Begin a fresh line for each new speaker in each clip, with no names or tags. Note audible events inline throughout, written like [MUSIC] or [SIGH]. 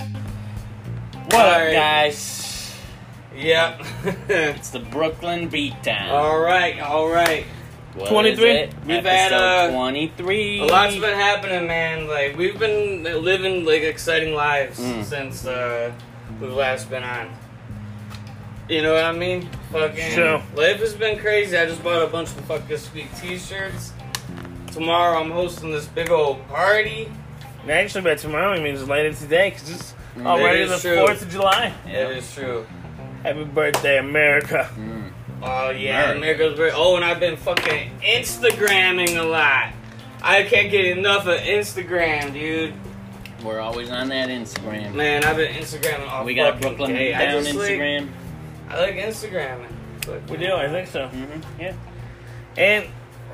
What up,
Alright.
guys?
Yep. [LAUGHS]
It's the Brooklyn Beatdown.
all right, all right.
What is
23?
it?
Uh, We've had,
Episode
uh,
23.
A lot's been happening, man. Like we've been living like exciting lives
Mm.
since uh, we've last been on. You know what I mean? Fucking
Sure.
life has been crazy. I just bought a bunch of fuck this week t-shirts. Tomorrow I'm hosting this big old party.
Actually, by tomorrow it means later today, 'cause it's already
It
the
is true.
4th of July.
It is true.
Happy birthday, America.
Mm.
Oh yeah,
Alright.
America's great. Oh, and I've been fucking Instagramming a lot. I can't get enough of Instagram, dude.
We're always on that Instagram.
Man, I've been Instagramming all
we got a
fucking
Brooklyn
day. I
Beatdown
just, like,
Instagram.
I like Instagramming. Like,
We do, I think so.
mm-hmm.
Yeah. And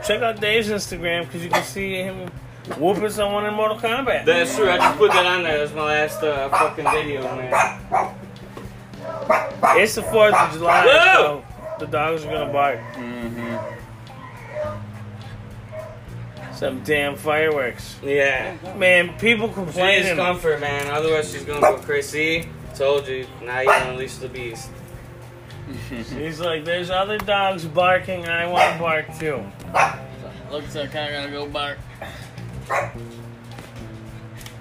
check out Dave's Instagram because you can see him whooping someone in Mortal Kombat.
That's true. I just put that on there. That's my last uh, fucking video, man.
it's the 4th of July,
Whoa!
so the dogs are gonna bark.
Mm-hmm.
Some damn fireworks.
Yeah.
Man, people
She needs
complaining.
comfort, man. Otherwise, she's gonna go crazy. Told you. Now you gonna unleash the beast.
He's like, there's other dogs barking, I want to bark too.
Looks like I gotta go bark.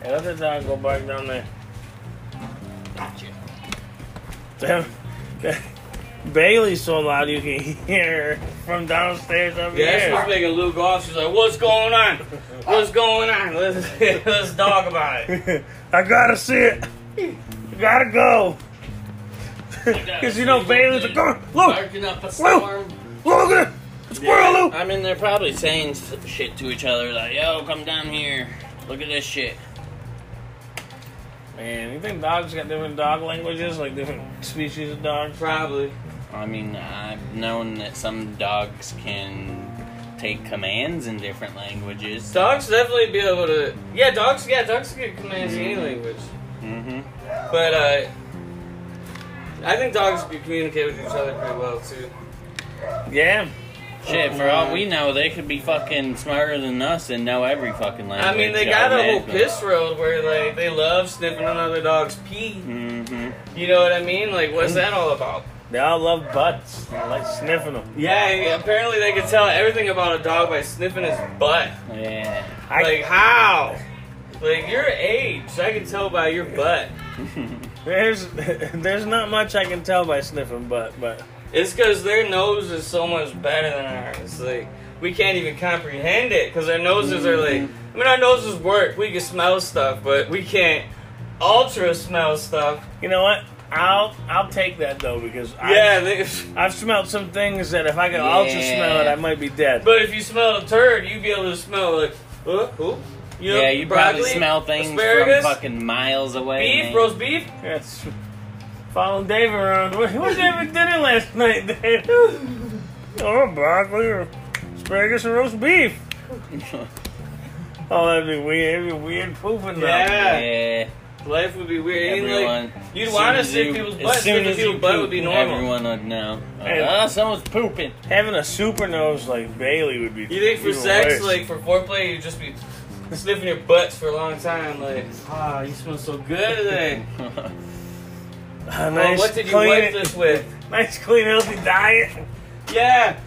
That other dog go bark down there.
Gotcha.
Damn. [LAUGHS] Bailey's so loud you can hear her from downstairs over
Yeah, she
here.
was making Lou go off. She's like, "What's going on? What's going on? [LAUGHS] Let's let's talk about it."
[LAUGHS] I gotta see it. Gotta go. [LAUGHS] Because you know Bailey's like, "Come on,
Oh!
look,
Barking up a storm.
storm. look at it. It's squirrel
Yeah,
loop.
I mean, they're probably saying s- shit to each other like, "Yo, come down here. Look at this shit."
Man, you think dogs got different dog languages, like different species of dogs?
Probably.
I mean, I've known that some dogs can take commands in different languages.
Dogs definitely be able to. Yeah, dogs. Yeah, dogs can command any language.
Mm-hmm.
But uh, I think dogs can communicate with each other pretty well too.
Yeah.
Shit, for all we know, they could be fucking smarter than us and know every fucking language.
I mean, they got a whole piss road where like they love sniffing another dog's pee.
Mm-hmm.
You know what I mean? Like, what's that all about?
They all love butts. They like sniffing them.
Yeah, apparently they could tell everything about a dog by sniffing his butt.
Yeah.
I,
like how? Like your age, I can tell by your butt.
there's [LAUGHS] there's not much I can tell by sniffing butt, but
It's because their nose is so much better than ours. Like we can't even comprehend it because our noses are like. I mean, our noses work. We can smell stuff, but we can't ultra smell stuff.
you know what? I'll I'll take that though because
Yeah, they,
I, I've smelled some things that if I could ultra smell it,
Yeah.
I might be dead.
but if you smell a turd, you'd be able to smell like, huh, who? You know,
yeah, you
broccoli,
probably smell things
asparagus,
from fucking miles away.
beef,
man.
roast beef.
Yes. Following Dave around. What was Dave for dinner last night,
[LAUGHS]
Dave? oh, broccoli or asparagus and roast beef. Oh, that'd be weird. That'd be weird pooping though.
[LAUGHS]
Yeah.
yeah.
Life would be weird. And, like,
Everyone.
you'd
as soon
want to
as
sniff
you-
people's
as soon
butts. Sniffing
as you
people's butt would
poop,
be normal.
Everyone would know.
Hey.
Ah, someone's pooping. [LAUGHS]
Having a super nose like Bailey would be.
You think for
even
sex,
worse.
like for foreplay, you'd just be sniffing your butts for a long time. Like, ah, you smell so good today.
Mm-hmm.
a
Well,
nice,
oh, what did you
clean,
wipe this with?
nice, clean, healthy diet?
Yeah.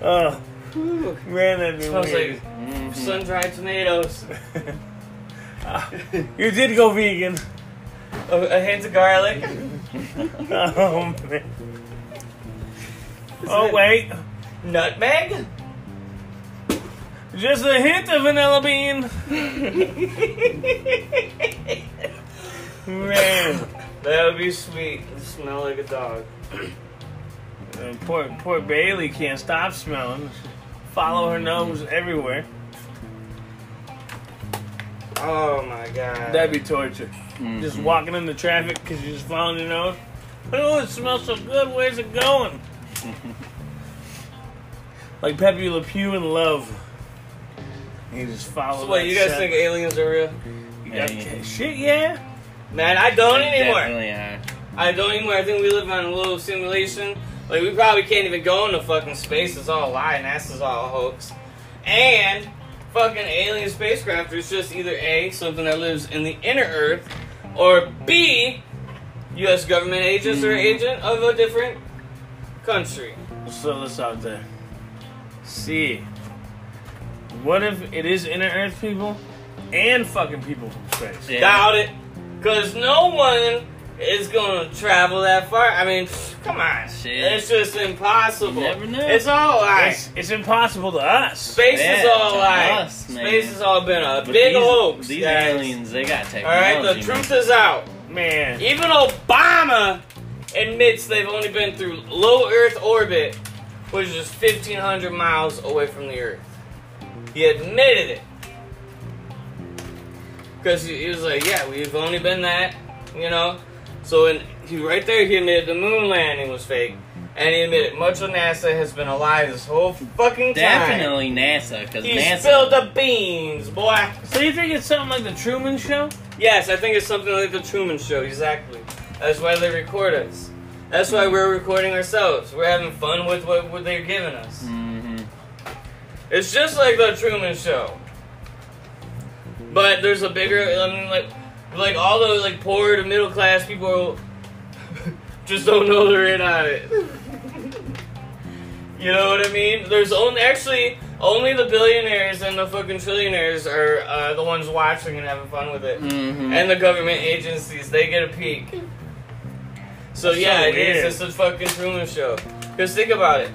Oh
Ooh,
man, that'd be
smells
weird. Mm-hmm.
like sun-dried tomatoes,
you did go vegan. [LAUGHS]
a, a hint of garlic.
Oh man. Oh wait,
Nutmeg?
just a hint of vanilla bean. [LAUGHS] Man.
That would be sweet. It'd smell like a dog.
Uh, poor, poor Bailey can't stop smelling. Follow her nose everywhere.
Oh my god.
That'd be torture. Just walking in the traffic because you're just following your nose. Oh, it smells so good. Where's it
[LAUGHS]
going? like Pepe Le Pew in Love. You just follow.
so wait,
that
you guys
scent.
think aliens are real?
Yeah, okay, Shit, yeah.
Man, I don't anymore.
Definitely are.
I don't anymore. I think we live on a little simulation. Like we probably can't even go into fucking space. It's all a lie. NASA's all a hoax. And fucking alien spacecraft. It's just either A, something that lives in the inner Earth, or B, U.S. government agents or
Mm-hmm.
agent of a different country.
Let's throw this out there. See, what if it is inner Earth people and fucking people from space?
Yeah.
Doubt it. Because no one is going to travel that far. I mean, pfft, come on.
Shit.
It's just impossible.
You never know.
It's all lies.
It's, it's impossible to us.
Space
Yeah,
is all
to
lies.
us, man.
Space has all been a
But
big
these,
hoax.
These
guys.
aliens, they got
All right,
technology.
the
man.
truth is out.
Man,
Even Obama admits they've only been through low Earth orbit, which is 1,500 miles away from the Earth. He admitted it. Because he, he was like, yeah, we've only been that, you know? So in, he right there, he admitted the moon landing was fake. And he admitted much of NASA has been a lie this whole fucking time.
Definitely NASA, because
He
NASA.
spilled the beans, boy.
so you think it's something like the Truman Show?
Yes, I think it's something like the Truman Show, exactly. That's why they record us. That's why we're recording ourselves. We're having fun with what, what they're giving us.
hmm
It's just like the Truman Show. But there's a bigger, I mean, like, like all the like poor to middle class people [LAUGHS] just don't know they're in on it. [LAUGHS] You know what I mean? There's only actually only the billionaires and the fucking trillionaires are uh, the ones watching and having fun with it
hmm
and the government agencies they get a peek. So
That's
yeah,
so
it
weird.
is. It's a fucking Truman Show. Cause think about it.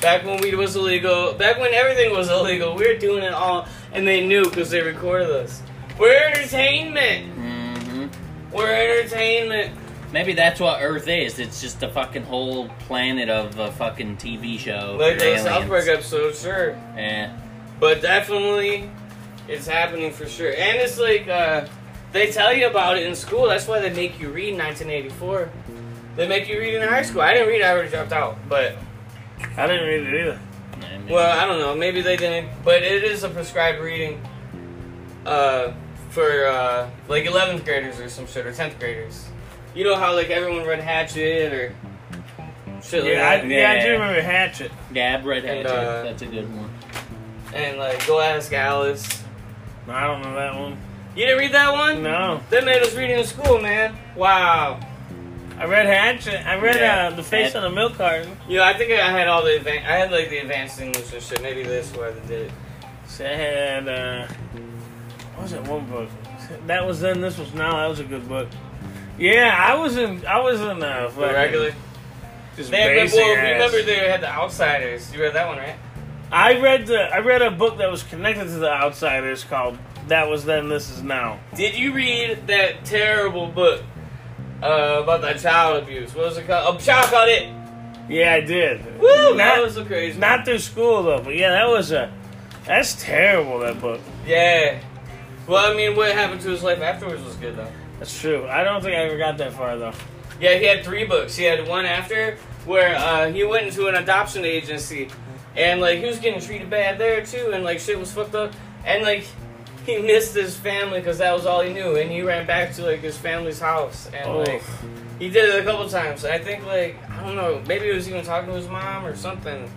Back when weed was illegal, back when everything was illegal, we were doing it all, and they knew because they recorded us. We're entertainment.
hmm
We're entertainment.
Maybe that's what Earth is. It's just a fucking whole planet of a fucking TV show.
Like
for
the
aliens.
South Park episode, sure,
Yeah.
but definitely, it's happening for sure. And it's like uh, they tell you about it in school. That's why they make you read 1984. They make you read in high school. I didn't read. I already dropped out, but.
I didn't read it either.
I mean,
Well, I don't know. Maybe they didn't, but it is a prescribed reading uh, for uh, like 11th graders or some shit, or 10th graders. You know how like everyone read Hatchet or shit like
Yeah, I,
that,
yeah, I
Yeah.
do remember Hatchet.
Gab Red Hatchet.
and, uh,
that's a good one.
and like Go Ask Alice.
I don't know that one.
You didn't read that one?
No,
That made us reading in school, man. Wow.
I read Hatchet. I read
Yeah.
uh, the face on a milk carton.
You know, I think I had all the advan- I had like the advanced English and shit. Maybe this why they did it.
So I had uh, what was that one book? That was then. This was now. That was a good book. Yeah, I was in. I was in uh,
But
fucking-
regular.
Just
They had,
basic
well,
ass.
remember they had the Outsiders. You read that one, right?
I read the. I read a book that was connected to the Outsiders called "That Was Then, This Is Now."
Did you read that terrible book uh, about that child abuse? What was it called? A child called it.
Yeah, I did.
Woo! that
Not,
was so crazy.
not through school though, but yeah, that was a. That's terrible. That book.
yeah. Well, I mean, what happened to his life afterwards was good though.
That's true. I don't think I ever got that far though.
Yeah, he had three books. He had one after where uh, he went into an adoption agency, and like he was getting treated bad there too, and like shit was fucked up, and like he missed his family because that was all he knew, and he ran back to like his family's house, and
Oh,
like He did it a couple times. I think like I don't know, maybe he was even talking to his mom or something.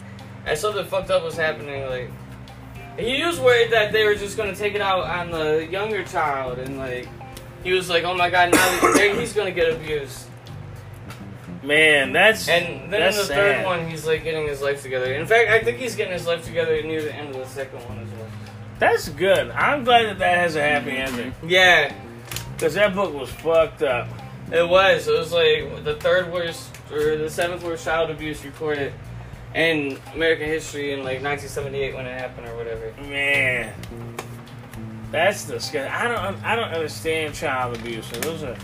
And something fucked up was happening. Like he was worried that they were just gonna take it out on the younger child, and like he was like, oh my god, now they- he's gonna get abused.
man, that's
And then
that's
in the
sad.
third one, he's like getting his life together. In fact, I think he's getting his life together near the end of the second one as well.
That's good. I'm glad that that has a happy ending
Yeah,
because that book was fucked up.
It was. It was like the third worst or the seventh worst child abuse recorded in American history in like 1978 when it happened or whatever.
Man, that's disgusting. I don't, I don't understand child abuse. Those are,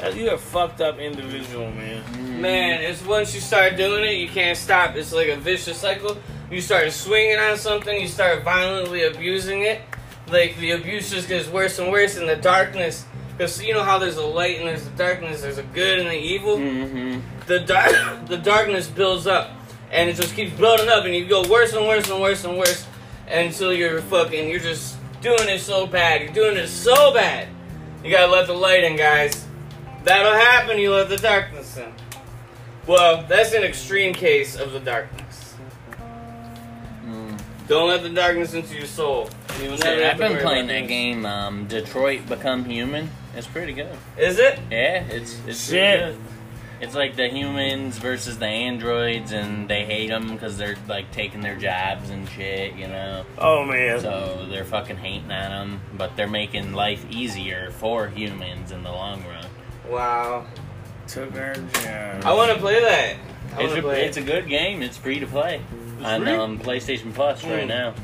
that- you're a fucked up individual, man.
Man, it's once you start doing it, you can't stop. It's like a vicious cycle. You start swinging on something, you start violently abusing it. Like the abuse just gets worse and worse in the darkness. Cause you know how there's a light and there's the darkness. There's a good and the evil.
hmm
the dark [COUGHS] the darkness builds up and it just keeps building up and you go worse and worse and worse and worse until you're fucking you're just doing it so bad you're doing it so bad you gotta let the light in guys that'll happen you let the darkness in well that's an extreme case of the darkness Don't let the darkness into your soul. and You will never
Dude,
have
I've
to
been
worry
playing
about
that
things.
game, um, Detroit Become Human. It's pretty good.
Is it?
Yeah, it's it's pretty
Shit.
good. It's like the humans versus the androids, and they hate them because they're like taking their jobs and shit, you know.
Oh man.
So they're fucking hating on them, but they're making life easier for humans in the long run.
Wow.
Took our
I
job.
want to play that. I
It's
want to
a,
play
it's
it.
a good game. It's free to play
It's
on
free?
um, PlayStation Plus right
Mm.
now.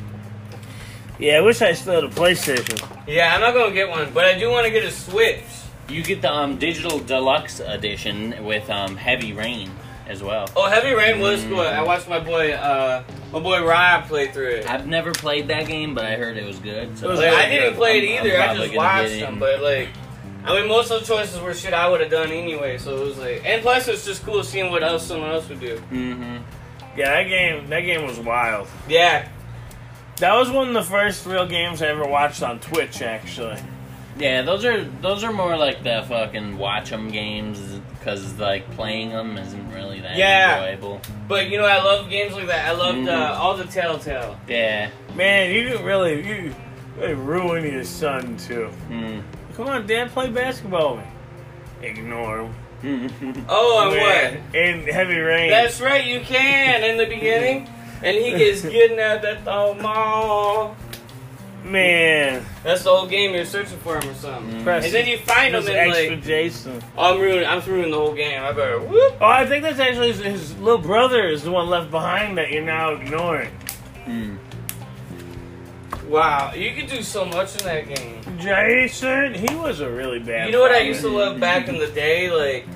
Yeah, I wish I still had a PlayStation.
Yeah, I'm not gonna get one, but I do want to get a Switch.
You get the um, digital deluxe edition with um, Heavy Rain as well.
Oh, Heavy Rain was
Mm.
good. I watched my boy, uh, my boy Rob play through it.
I've never played that game, but I heard it was good. So
It was
Like, I
really
didn't
good.
play it
I'm- I'm
either. I
probably
just
gonna
watched
get it.
them, but like, I mean, most of the choices were shit I would have done anyway. So it was like, and plus it's just cool seeing what else someone else would do.
hmm
Yeah, that game that game was wild.
Yeah,
That was one of the first real games I ever watched on Twitch actually.
Yeah, those are those are more like the fucking watch 'em games because like playing them isn't really that
Yeah.
enjoyable.
but you know, I love games like that. I loved uh,
Mhm.
all the Telltale.
Yeah.
Man, you could really you really ruin your son too.
Mm.
Come on, Dad, play basketball with me. Ignore him.
Oh, and what?
Man, In heavy rain.
That's right, you can in the beginning. And he
[LAUGHS]
gets kidnapped at the mall.
man.
That's the whole game. You're searching for him or something.
Mm.
Press
And then you find him
That's
and
extra
like,
Jason.
oh, I'm ruining, I'm ruining the whole game. I better whoop.
Oh, I think that's actually his, his little brother is the one left behind that you're now ignoring.
Mm.
Wow, you could do so much in that game.
Jason, he was a really bad.
You know what I
father.
used to love back in the day? Like,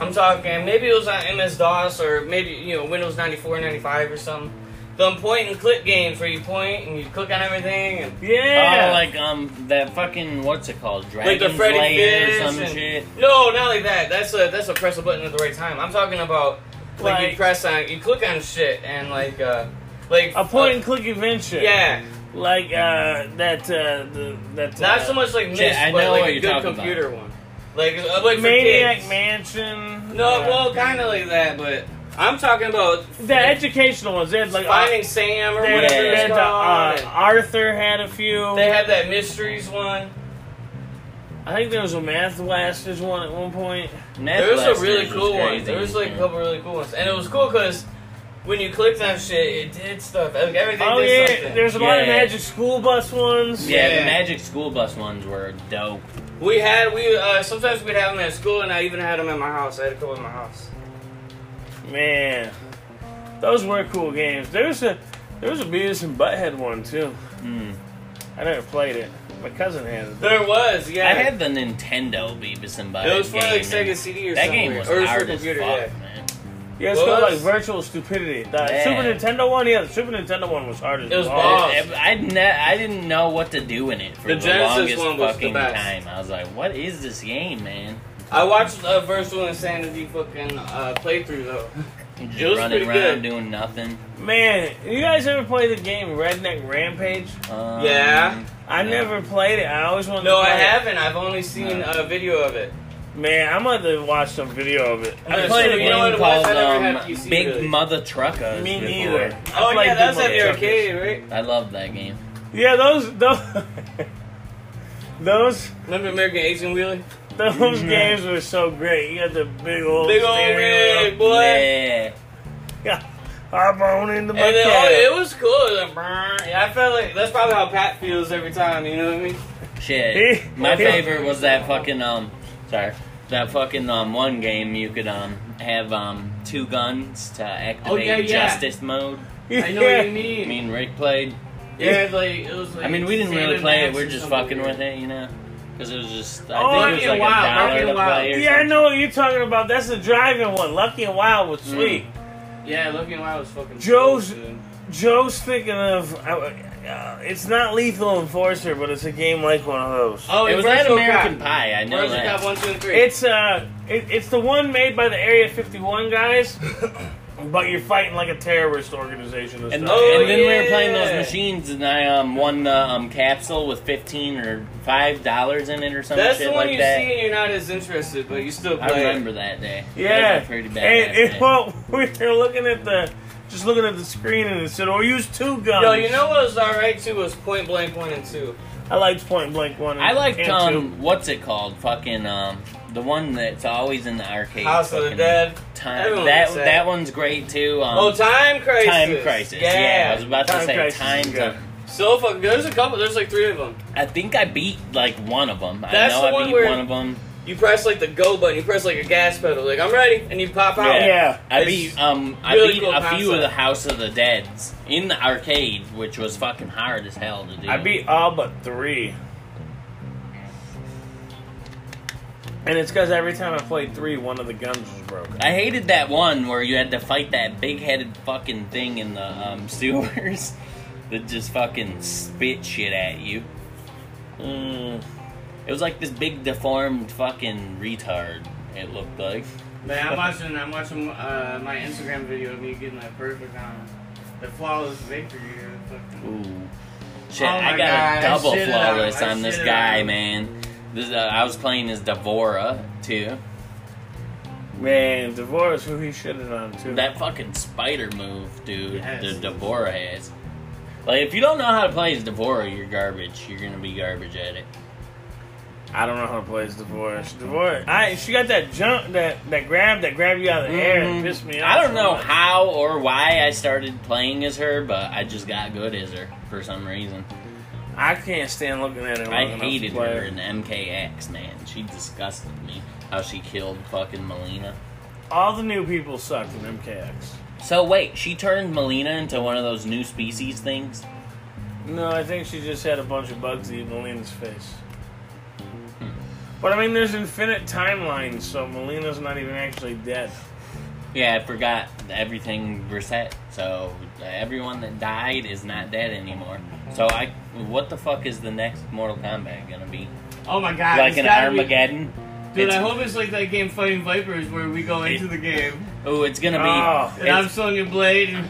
I'm talking, maybe it was on MS DOS or maybe, you know, Windows 94, 95 or something. Them point and click games where you point and you click on everything and.
Yeah.
Oh, like um, that fucking what's it called,
Like
Dragon's
the Freddy
Lair
Fish
or some
and-
shit.
No, not like that. That's a that's a press a button at the right time. I'm talking about like,
Like-
you press on, you click on shit and like uh like
a point and click adventure.
yeah,
Like uh, that. Uh, the, that.
not
uh,
so much like
Shit,
this,
I
but
know
like
what
a
you're
good
talking
computer one. Like uh, like for
Maniac
kids.
Mansion.
No,
uh,
well, kind of like that, but I'm talking about
the educational ones. They had like
finding Sam or
They had,
whatever
they
it's
had the,
called.
uh, Arthur had a few.
they had that mysteries one.
I think there was a Math Blasters one at one point.
Net
There was a
Blasters
really cool one.
crazy.
There was like a
Yeah.
couple really cool ones, and it was cool because when you clicked on shit, it did stuff. Like everything
Oh
did
yeah,
something.
there's a lot of
Yeah.
Magic School Bus ones.
Yeah,
Yeah.
the Magic School Bus ones were dope.
We had we uh, sometimes we'd have them at school, and I even had them at my house. I had a couple in my house.
Man, those were cool games. There was a there was a Beavis and Butthead one too.
Mm.
I never played it. My cousin had it.
There was
I
yeah.
had the Nintendo Beavis and Butthead.
it was for
game,
like
and
Sega CD or
That
something.
game was
or it was for
hard as fuck,
computer. yeah.
man.
Yeah, it's
What
called like
was-
Virtual Stupidity. The
Yeah.
Super Nintendo one, yeah, the Super Nintendo one was hard as
It was
balls.
balls.
I, I, ne- I didn't know what to do in it for
Oh. The
the,
Genesis
longest
one was the
fucking
best.
time. I was like, what is this game, man?
I watched uh, a Virtual Insanity fucking uh, playthrough though.
You Just
It was
running
pretty
around
good.
doing nothing.
Man, you guys ever play the game Redneck Rampage?
Um,
Yeah.
I
No.
never played it. I always wanted
No,
to
I
play it.
haven't. I've only seen
No.
a video of it.
Man, I'm going to watch some video of it.
I
Yeah,
played
so
a
you know what
game
it
called
was? I never had
um,
PC
Big
really.
Mother Truckers.
Me
before.
neither.
Oh
I played
yeah, that's at
Big Mother
the
Truckers.
arcade, right?
I loved that game.
Yeah, those those [LAUGHS] those
Remember American Asian Wheelie?
those
[LAUGHS]
Mhm.
games were so great. You got the big
Oh,
old
Big old
stereo.
rig, boy.
Yeah.
Yeah, hop on in the
And then, oh,
bucket.
it was cool. It was like, brrr. yeah, I felt like that's probably how Pat feels every time. You know what I mean?
Shit.
He-
My
he-
favorite was that fucking um sorry. That fucking um one game you could um have um two guns to activate
Oh, yeah, yeah.
justice mode.
[LAUGHS] Yeah.
I know what you mean.
Me and Rick played.
[LAUGHS] Yeah, it's like it was like.
I mean we didn't
Sam
really
and
play it,
Max
we're
or
just
something
fucking
weird.
with it, you know? Because it was just
Oh,
I
Lucky
think it was like
and Wild, Lucky
a dollar
and
to
Wild.
play or
Yeah, I
something.
know what you're talking about. That's the driving one. Lucky and Wild
Mm.
was sweet.
Yeah, looking wild was fucking.
Joe's-
cool, dude.
Joe's thinking of. Uh, uh, it's not Lethal Enforcer, but it's a game like one of those.
Oh,
It was
Virtual
that American
Cop.
Pie, I know
Virtual Cop
that.
one, two, and three.
It's uh, it, it's the one made by the Area 51 guys, but you're fighting like a terrorist organization. And
And,
stuff.
Oh,
and then we were playing
yeah.
those machines, and I um, won the um, capsule with fifteen or five dollars in it or something
that's
shit
the one
like
you
that.
see and you're not as interested, but you still play.
I remember that day. That
yeah,
was a pretty bad.
and,
day.
[LAUGHS] and well, we were looking at the just looking at the screen and it said, "Or use two guns."
Yo, you know what was alright too was Point Blank 1 and 2.
I liked Point Blank one. And,
I liked
and
um, what's it called? Fucking um, the one that's always in the arcade.
House of the
fucking
Dead.
Time
Everyone
that
likes that.
that one's great too. Um,
Oh, Time Crisis.
Time Crisis. Yeah. I was about
Time
to say
Crisis is
Time.
good.
Crisis.
So fuck. There's a couple. There's like three of them.
I think I beat like one of them.
That's
I know
the
I
one
beat
where-
one of them.
You press like the go button. You press like a gas pedal. Like I'm ready, and you pop out.
Yeah.
Yeah.
I
It's
beat um I
really
beat
cool
a few of
concept.
the House of the Deads in the arcade, which was fucking hard as hell to do.
I beat all but three. And it's because every time I played three, one of the guns was broken.
I hated that one where you had to fight that big-headed fucking thing in the um, [LAUGHS] sewers that just fucking spit shit at you.
Mm,
It was like this big deformed fucking retard. It looked like.
Man, I'm watching. I'm watching uh, my Instagram video of me getting that perfect on the flawless victory. here. Fucking-
Ooh. Shit,
Oh
I
my
got
God, I
a double
shit it out,
flawless
I
on this
shit it
guy,
out.
man. This uh, I was playing as Devora too.
man, divorce who he shitted on too.
That fucking spider move, dude,
Yes.
that Devora has. Like, if you don't know how to play as Devora, you're garbage. You're gonna be garbage at it.
I don't know how to play as divorce. Divorce. I she got that jump that that grab that grabbed you out of the air and pissed me off.
Mm-hmm. I don't
so
know
much.
how or why I started playing as her, but I just got good as her for some reason.
I can't stand looking at her. long
I
enough to
hated
play.
her in MKX, man. She disgusted me. How she killed fucking Melina.
All the new people sucked in MKX.
So wait, she turned Melina into one of those new species things?
No, I think she just had a bunch of bugs in Melina's face. Hmm. But I mean, there's infinite timelines, so Melina's not even actually dead.
Yeah, I forgot everything reset. So uh, everyone that died is not dead anymore. So I, what the fuck is the next Mortal Kombat gonna be?
Oh my god!
Like
it's
an
gotta be-
Armageddon?
Dude, I
It's-
hope it's like that game Fighting Vipers where we go into the game
Oh, it's gonna be.
Oh.
and I'm Sonya Blade. And...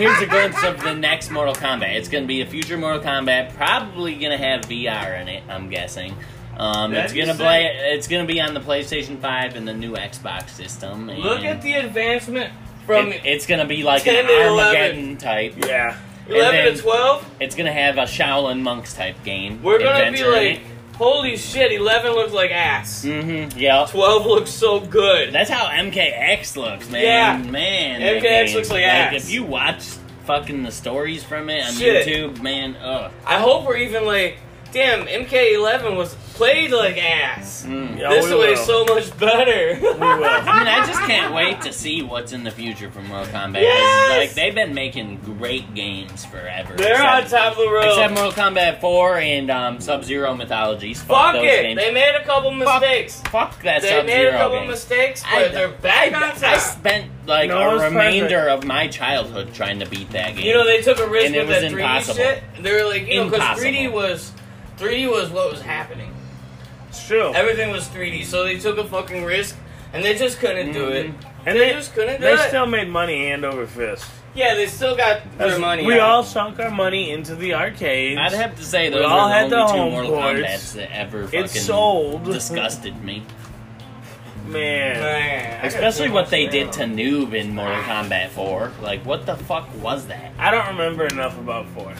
Here's a glimpse of the next Mortal Kombat. It's gonna be a future Mortal Kombat, probably gonna have VR in it. I'm guessing. Um, it's
That'd be
gonna
sick.
play. It's gonna be on the PlayStation Five and the new Xbox system. And
Look at the advancement from
it- it's gonna be like an
10 to 11.
Armageddon type.
Yeah.
11
and then-
to 12.
It's gonna have a Shaolin monks type game.
We're gonna be
adventure in
like, holy shit! 11 looks like ass.
it. Mhm, Yeah.
12 looks so good.
That's how MKX looks, man.
Yeah.
Man.
MKX
that game.
looks like ass.
If you watch fucking the stories from it on
Shit.
YouTube, man, ugh.
I hope we're even like, damn, MK11 was played like ass.
Mm.
Yeah,
this
we
way
will.
is so much better.
will.
I mean, I just can't wait to see what's in the future for Mortal Kombat. 'cause,
Yes!
Like they've been making great games forever.
[LAUGHS] They're on
except,
top of the
except
world.
Mortal Kombat 4 and um, Sub Zero Mythologies. Fuck,
Fuck
those
it.
games.
They made a couple mistakes.
Fuck that
They
Sub
made a
Zero
couple
game.
mistakes, but
I-
they're back
I,
on
I
top.
spent like
No, it
a
was
remainder of my childhood trying to beat that game.
You know, they took a risk
And it
with
was
that 3D
impossible.
shit. They were like, you know, because
Impossible.
3D was, 3D was what was happening.
It's true.
Everything was 3D, so they took a fucking risk, and they just couldn't do it.
Mm-hmm.
And
they,
they,
just couldn't do
they
it.
still made money hand over fist.
yeah, they still got their money.
we
out.
all sunk our money into the arcades.
I'd have to say
We
those
all
are the
had the
only two
home
Mortal
courts.
Kombats that ever fucking
It's sold.
disgusted me.
[LAUGHS] Man.
Man, I gotta
Especially
put
what they
my
did to
shit on.
Noob in Mortal Kombat 4. Like, what the fuck was that?
I don't remember enough about four.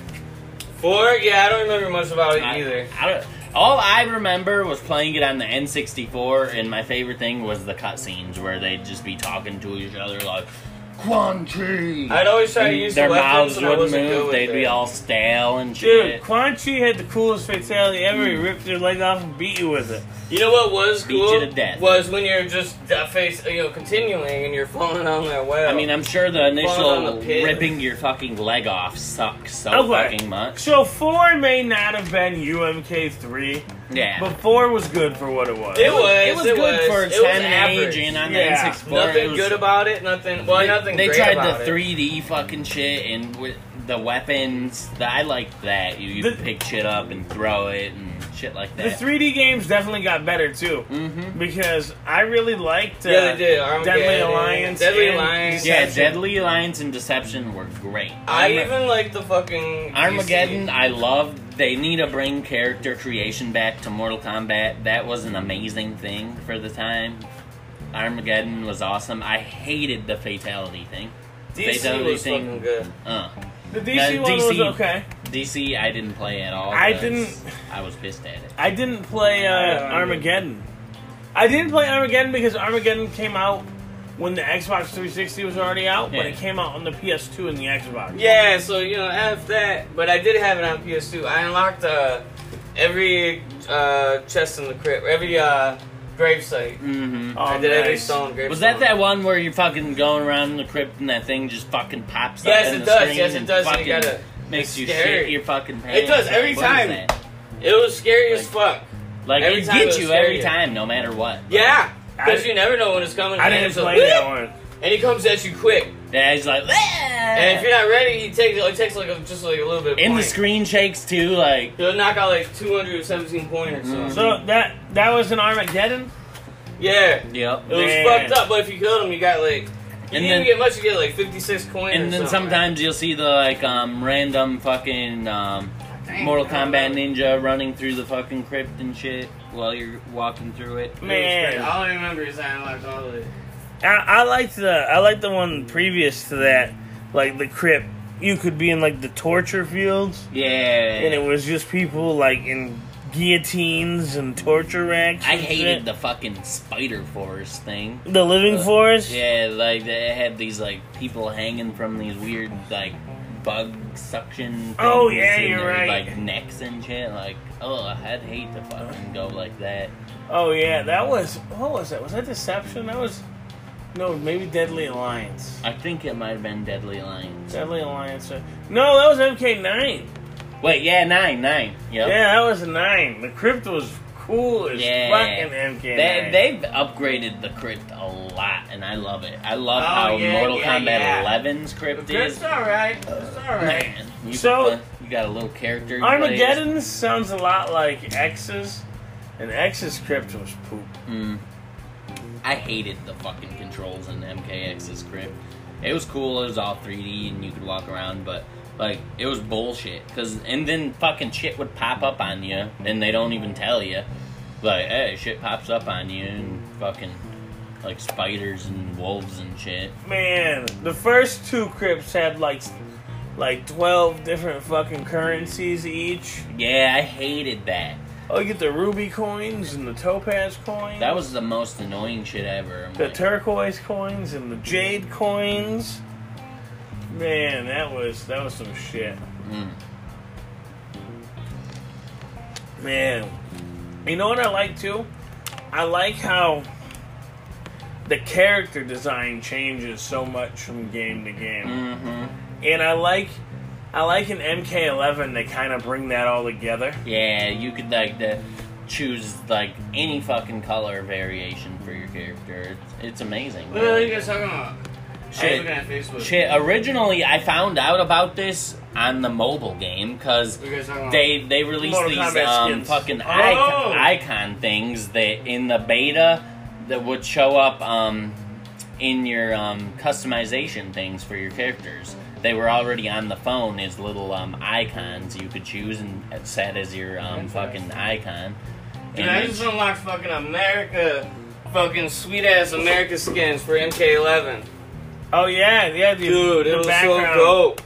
Four? Yeah, I don't remember much about it
I-
either.
I don't- all I remember was playing it on the N64, and my favorite thing was the cutscenes where they'd just be talking to each other like, Quan Chi!
I'd always try to
And
use
Their
the weapons,
mouths
and I
wouldn't
wasn't good
move,
with
they'd
it.
be all stale and
Dude,
shit.
Quan Chi had the coolest fatality ever. He ripped your leg off and beat you with it.
You know what was
Beat you
cool?
to death.
Was when you're just uh, face, you know, continuing and you're falling on that well.
I mean, I'm sure the
on
initial
the pit.
ripping your fucking leg off sucks so
Okay.
fucking much.
So four may not have been UMK3,
Yeah.
but four was good for what it was.
It was.
It was
it
good
was,
for
it
its
was
time and
average.
age, and on
Yeah.
the N64, it
Nothing
was-
good about it. Nothing. Well,
they,
nothing.
They
great
tried
about
the
it.
3D fucking shit and with the weapons. The, I liked that. You, you
The-
pick shit up and throw it and shit like
The
that.
3D games definitely got better too,
mm-hmm.
because I really liked. Uh,
Yeah, they did. Armageddon,
Deadly Alliance
Deadly
and-
Alliance.
Yeah,
Deception.
Deadly Alliance and Deception were great.
I
Arma-
even like the fucking
Armageddon,
DC.
I love. They need to bring character creation back to Mortal Kombat. That was an amazing thing for the time. Armageddon was awesome. I hated the fatality thing. They done
DC was
anything-
fucking good.
Uh,
The DC
Uh,
one was
DC.
okay.
DC, I didn't play at all.
I
'cause
didn't-
I was pissed at it.
I didn't play uh,
I don't
Armageddon. I didn't play Armageddon because Armageddon came out when the Xbox 360 was already out, but
Yeah.
it came out on the PS2 and the Xbox.
Yeah, so you know, f that. But I did have it on PS2. I unlocked uh, every uh, chest in the crypt, every uh, grave site.
Mm-hmm.
Oh,
I did every
nice.
stone grave.
Was that that one where you're fucking going around the crypt and that thing just fucking pops up?
Yes,
in
it
the
does.
screen
Yes, it
and
does. and
Fucking
You gotta.
makes you
scary.
shit your fucking pants.
does every
What is
time.
that?
It was scary as fuck.
Like
Every
it
time it
gets
was
you every
scarier.
time, no matter what.
Yeah, because
I-
you never know when it's coming.
I
and
didn't
it's a-
play that one.
And he comes at you quick.
Yeah, he's like,
And if you're not ready, he takes it takes like a, just like a little bit. Of
and the
point.
screen shakes too. Like,
He'll knock out like 217 pointers. So.
Mhm.
So that that was an Armageddon.
yeah,
yep.
it was
Man.
fucked up. But if you killed him, you got like you
And
didn't
then-
even get much. You get like 56 coins. or
And then
something.
sometimes you'll see the like um random fucking um Mortal Kombat ninja running through the fucking crypt and shit while you're walking through it.
Man.
It was great. All I remember is I unlocked all of it.
I, I liked the I liked the one previous to that, like the crypt. You could be in like the torture fields,
Yeah.
and it was just people like in guillotines and torture racks.
I
and
hated
shit.
the fucking spider force thing.
the living
Uh,
forest.
Yeah, like they had these like people hanging from these weird like bug suction. Things
Oh, yeah,
in
you're
their,
right.
Like necks and shit. Like, oh, I'd hate to fucking go like that.
Oh yeah, that was what was that? Was that Deception? That was no, maybe Deadly Alliance.
I think it might have been Deadly Alliance.
Deadly Alliance. uh, No, that was MK9.
Wait, yeah, nine, nine. Yep.
Yeah, that was nine. The crypt was cool as
Yeah.
fucking MK9.
They, they've upgraded the crypt a lot, and I love it. I love
Oh,
how
yeah,
Mortal
yeah,
Kombat
yeah.
11's crypt
It's
is.
alright. It's alright.
Man, you,
So-
you got a little character. you
Armageddon sounds a lot like X's, and X's crypt was poop.
play as. Mm. I hated the fucking controls in MKX's crypt. It was cool. It was all 3D, and you could walk around, but like it was bullshit. Cause and then fucking shit would pop up on you, and they don't even tell you. Like, hey, shit pops up on you, and fucking like spiders and wolves and shit.
Man, the first two crypts had like like twelve different fucking currencies each.
Yeah, I hated that.
Oh, you get the ruby coins and the topaz coins.
That was the most annoying shit ever. I'm
the
like,
turquoise coins and the jade coins. Man, that was that was some shit.
mm.
Man, you know what I like too? I like how the character design changes so much from game to game,
Mm.
Mm-hmm.
and I like I like in MK11 they kind of bring that all together.
Yeah, you could like the, choose like any fucking color variation for your character. It's, it's amazing.
What are you guys talking about? I was
Shit.
looking at Facebook.
Shit, originally I found out about this on the mobile game because
What are you guys talking about?
they they released
Mortal
these
Kombat
um,
skins.
fucking
Oh!
icon, icon things that in the beta that would show up um, in your um, customization things for your characters. They were already on the phone as little um, icons you could choose and set as your um,
That's
fucking icon.
Dude, I just unlocked fucking America, fucking sweet ass America skins for MK11.
Oh yeah, yeah, the,
Dude,
the
it was
background.
so dope.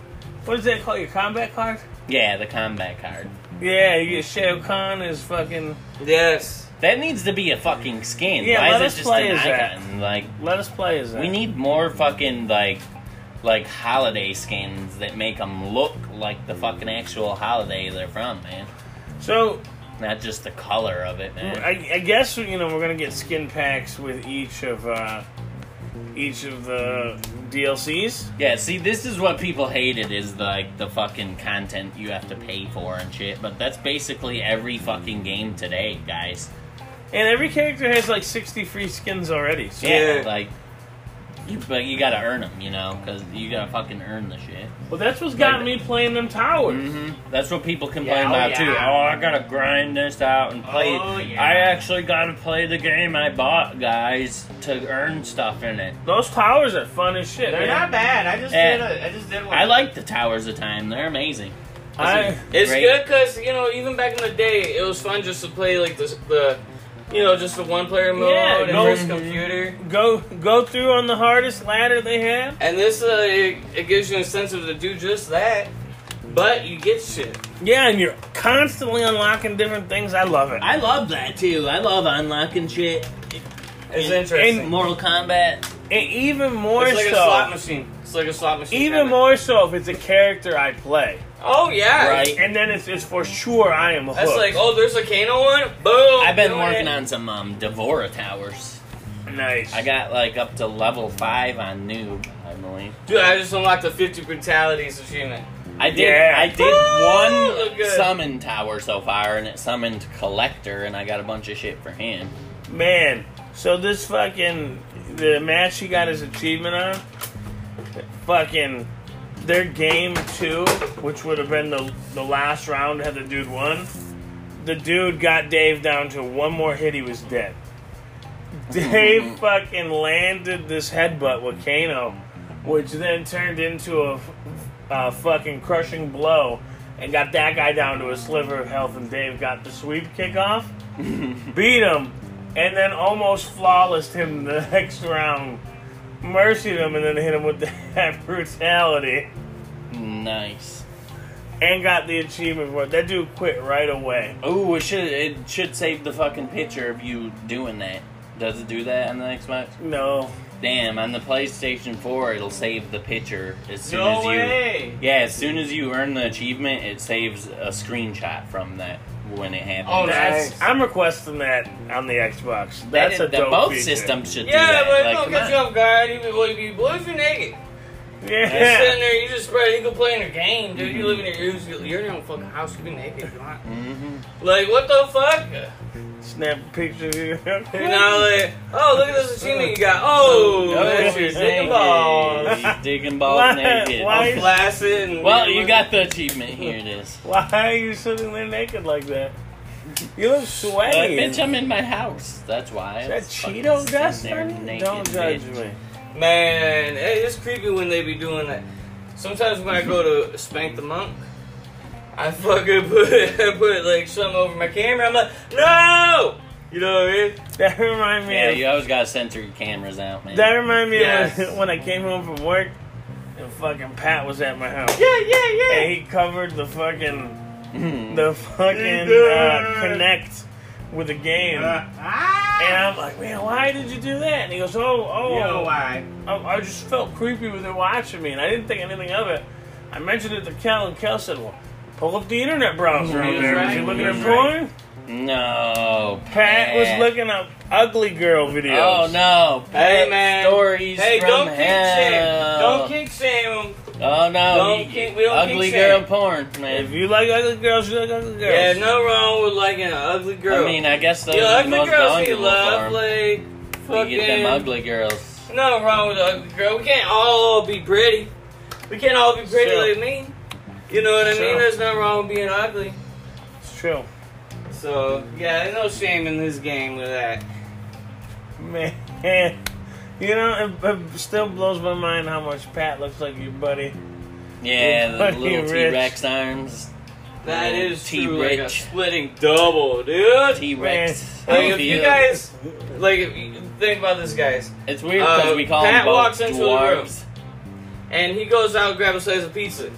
What is that called? Your combat card?
yeah, the combat card.
Yeah, you get Shao Kahn as fucking.
Yes.
That needs to be a fucking skin.
Yeah,
Why
let
is
us
it just
play
an
as that.
icon? Like
Let us play as that.
We need more fucking like like holiday skins that make them look like the fucking actual holiday they're from, man.
so
Not just the color of it, man.
I, I guess you know we're gonna get skin packs with each of uh, each of the DLCs.
Yeah, see, this is what people hated is like the fucking content you have to pay for and shit. But that's basically every fucking game today, guys.
And every character has like 60 free skins already. So,
Yeah,
Yeah.
like. You, but you gotta earn them, you know, because you gotta fucking earn the shit.
Well, that's what's got me playing them towers.
Mm-hmm. That's what people complain
Yeah, oh,
about too.
yeah.
Oh, I gotta grind this out and play.
Oh, yeah.
I actually gotta play the game I
Uh-huh.
bought, guys, to earn stuff in it.
Those towers are fun as shit.
They're
man.
not bad. I just
Yeah.
did a, I just did one.
I like the Towers of Time. They're amazing.
I,
It's
Great.
good 'cause good because you know even back in the day it was fun just to play like the the You know, just the one player mode
Yeah,
and
no-
first computer.
Go go through on the hardest ladder they have.
And this, uh, it, it gives you incentive to do just that, but you get shit.
Yeah, and you're constantly unlocking different things. I love it.
I love that too. I love unlocking shit.
It's
In-
interesting.
in Mortal Kombat.
and even more
it's like
so,
a slot machine. It's like a slot machine.
even
kinda.
more so if it's a character I play,
Oh yeah.
Right.
and then it's, it's for sure I am hooked.
That's like, oh, there's a Kano one. Boom.
I've been
do
working
it.
on some um, Devora towers.
nice.
I got like up to level five on noob, I believe.
Dude, I just unlocked the 50 brutalities achievement.
I did.
Yeah.
I
Woo!
did
Look
one
good.
summon tower so far, and it summoned collector, and I got a bunch of shit for him.
Man, so this fucking the match he got his achievement on, fucking their game two, which would have been the the last round had the dude won. The dude got Dave down to one more hit, he was dead. Dave fucking landed this headbutt with Kano, which then turned into a, a fucking crushing blow and got that guy down to a sliver of health, and Dave got the sweep kickoff beat him, and then almost flawless him the [LAUGHS] next round. Mercied him and then hit him with [LAUGHS] that brutality
Nice.
and got the achievement for it. That dude quit right away.
Oh, it should it should save the fucking picture of you doing that. Does it do that on the Xbox?
No.
Damn, on the PlayStation 4, it'll save the picture as soon
No
as you.
way.
Yeah, as soon as you earn the achievement, it saves a screenshot from that when it happens.
Oh,
That's
nice.
I'm requesting that on the Xbox.
That
That's
is-
a
the
dope
both
feature.
systems should do
Yeah,
that.
but
like,
it'll
come
catch
on.
you off guard. You be, well, you be, what if
[LAUGHS]
you're naked? You're sitting
[LAUGHS] Yeah.
there, you just spread, you can play in your game, dude.
Mm-hmm.
You live in your, you're, you're in your own fucking house, you be naked if you want.
Mhm.
Like, what the fuck?
Snap a picture of you. [LAUGHS]
You know, like, oh, look at this achievement you got. Oh,
Oh,
that's your
he's
dick
naked.
balls.
He's digging balls
Why-
naked.
why-
I'm flaccid. and-
Well, you got the achievement. Here it is.
Why are you sitting there naked like that? You look
Uh,
sweaty.
bitch, I'm in my house. That's why.
Is that
It's fucking
Cheeto
sitting
dust
there
on you?
naked,
Don't judge
bitch.
me. [LAUGHS]
Man, hey, it's creepy when they be doing that. Sometimes when I go to spank the monk, I fucking [LAUGHS] put I put like something over my camera. I'm like, no, you know what I mean?
That reminds me
Yeah,
of
you always gotta censor your cameras out, man.
That reminded me
Yes.
of [LAUGHS] when I came home from work and fucking Pat was at my house.
Yeah, yeah,
And he covered the fucking
Mhm.
the fucking uh, connect with the game. And
Ah,
I'm like, man, why did you do that? And he goes, oh, oh,
why?
I, I just felt creepy with it watching me, and I didn't think anything of it. I mentioned it to Kel, and Kel said, well, pull up the internet browser
He
out
was
there. Was
right.
you looking
He
at
was
porn?
[LAUGHS] no.
Pat was looking up ugly girl videos.
Oh no!
Hey,
Pat
man.
Stories
Hey,
from
don't kick shame.
hell.
Don't kick shame him.
Oh no!
Don't
he-
kick- we don't
ugly
kick
girl
shame.
porn,
If
man.
you like ugly girls, you like ugly girls.
Yeah, no wrong with liking an ugly girl.
I mean, I guess those
you know,
are the
ugly
most
girls you
vulnerable
love,
for 'em.
like fucking.
You get them ugly girls.
No wrong with ugly girl. We can't all be pretty. We can't all be pretty
Sure.
like me. You know what I
Sure.
mean? There's nothing wrong with being ugly.
It's true.
So yeah, there's no shame in this game with that.
Man, [LAUGHS] you know, it, it still blows my mind how much Pat looks like your buddy.
Yeah, the
Fucking
little
rich.
T Rex arms.
That
Little
is true, like a
T-Rex.
splitting double, dude.
T Rex.
Like if you guys, like if you think about this, guys,
It's weird because
Uh,
we call
Pat
them both
walks into the
dwarves.
and he goes out and grabs a slice of pizza.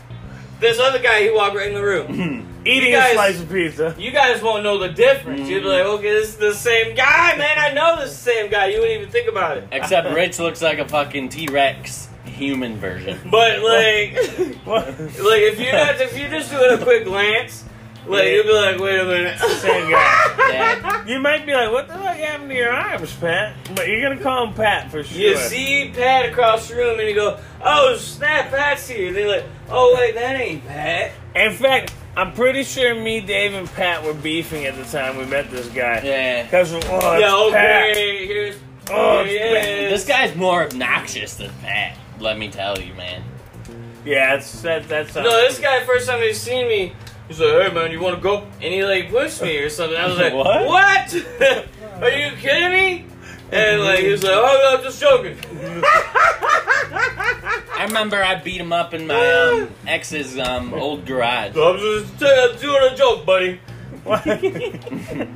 This other guy, he walked right in the room.
Eating
guys-
a slice
[LAUGHS]
of pizza.
You guys won't know the difference. You'd be like,
Mm.
okay, this is the same guy, man. I know this is the same guy. You wouldn't even think about it.
[LAUGHS] Except Rich looks like a fucking T Rex human
[LAUGHS]
version.
But like. [LAUGHS]
What?
Like if you guys, if you just doing a quick glance, like
Yeah.
you'll be like, wait a minute. [LAUGHS]
Same guy.
Yeah.
You might be like, what the fuck happened to your arms, Pat? But you're gonna call him Pat for sure.
You see Pat across the room and you go, oh snap, Pat's here. And they're like, oh wait, that ain't Pat.
In fact, I'm pretty sure me, Dave, and Pat were beefing at the time we met this guy.
Yeah.
Cause oh, it's
yeah, okay,
Pat.
here's.
Oh,
here
it's
he
Pat.
is.
This guy's more obnoxious than Pat, let me tell you, man.
Yeah, it's that. That's
No, this
[LAUGHS]
guy first time he seen me. He's like, hey man, you wanna go? And he like pushed me or something. I was like,
What?
What? [LAUGHS] Are you kidding me? And like he was like, oh no, I'm just joking.
I remember I beat him up in my um, ex's um, old garage.
I'm just I'm doing a joke, buddy.
What?
I was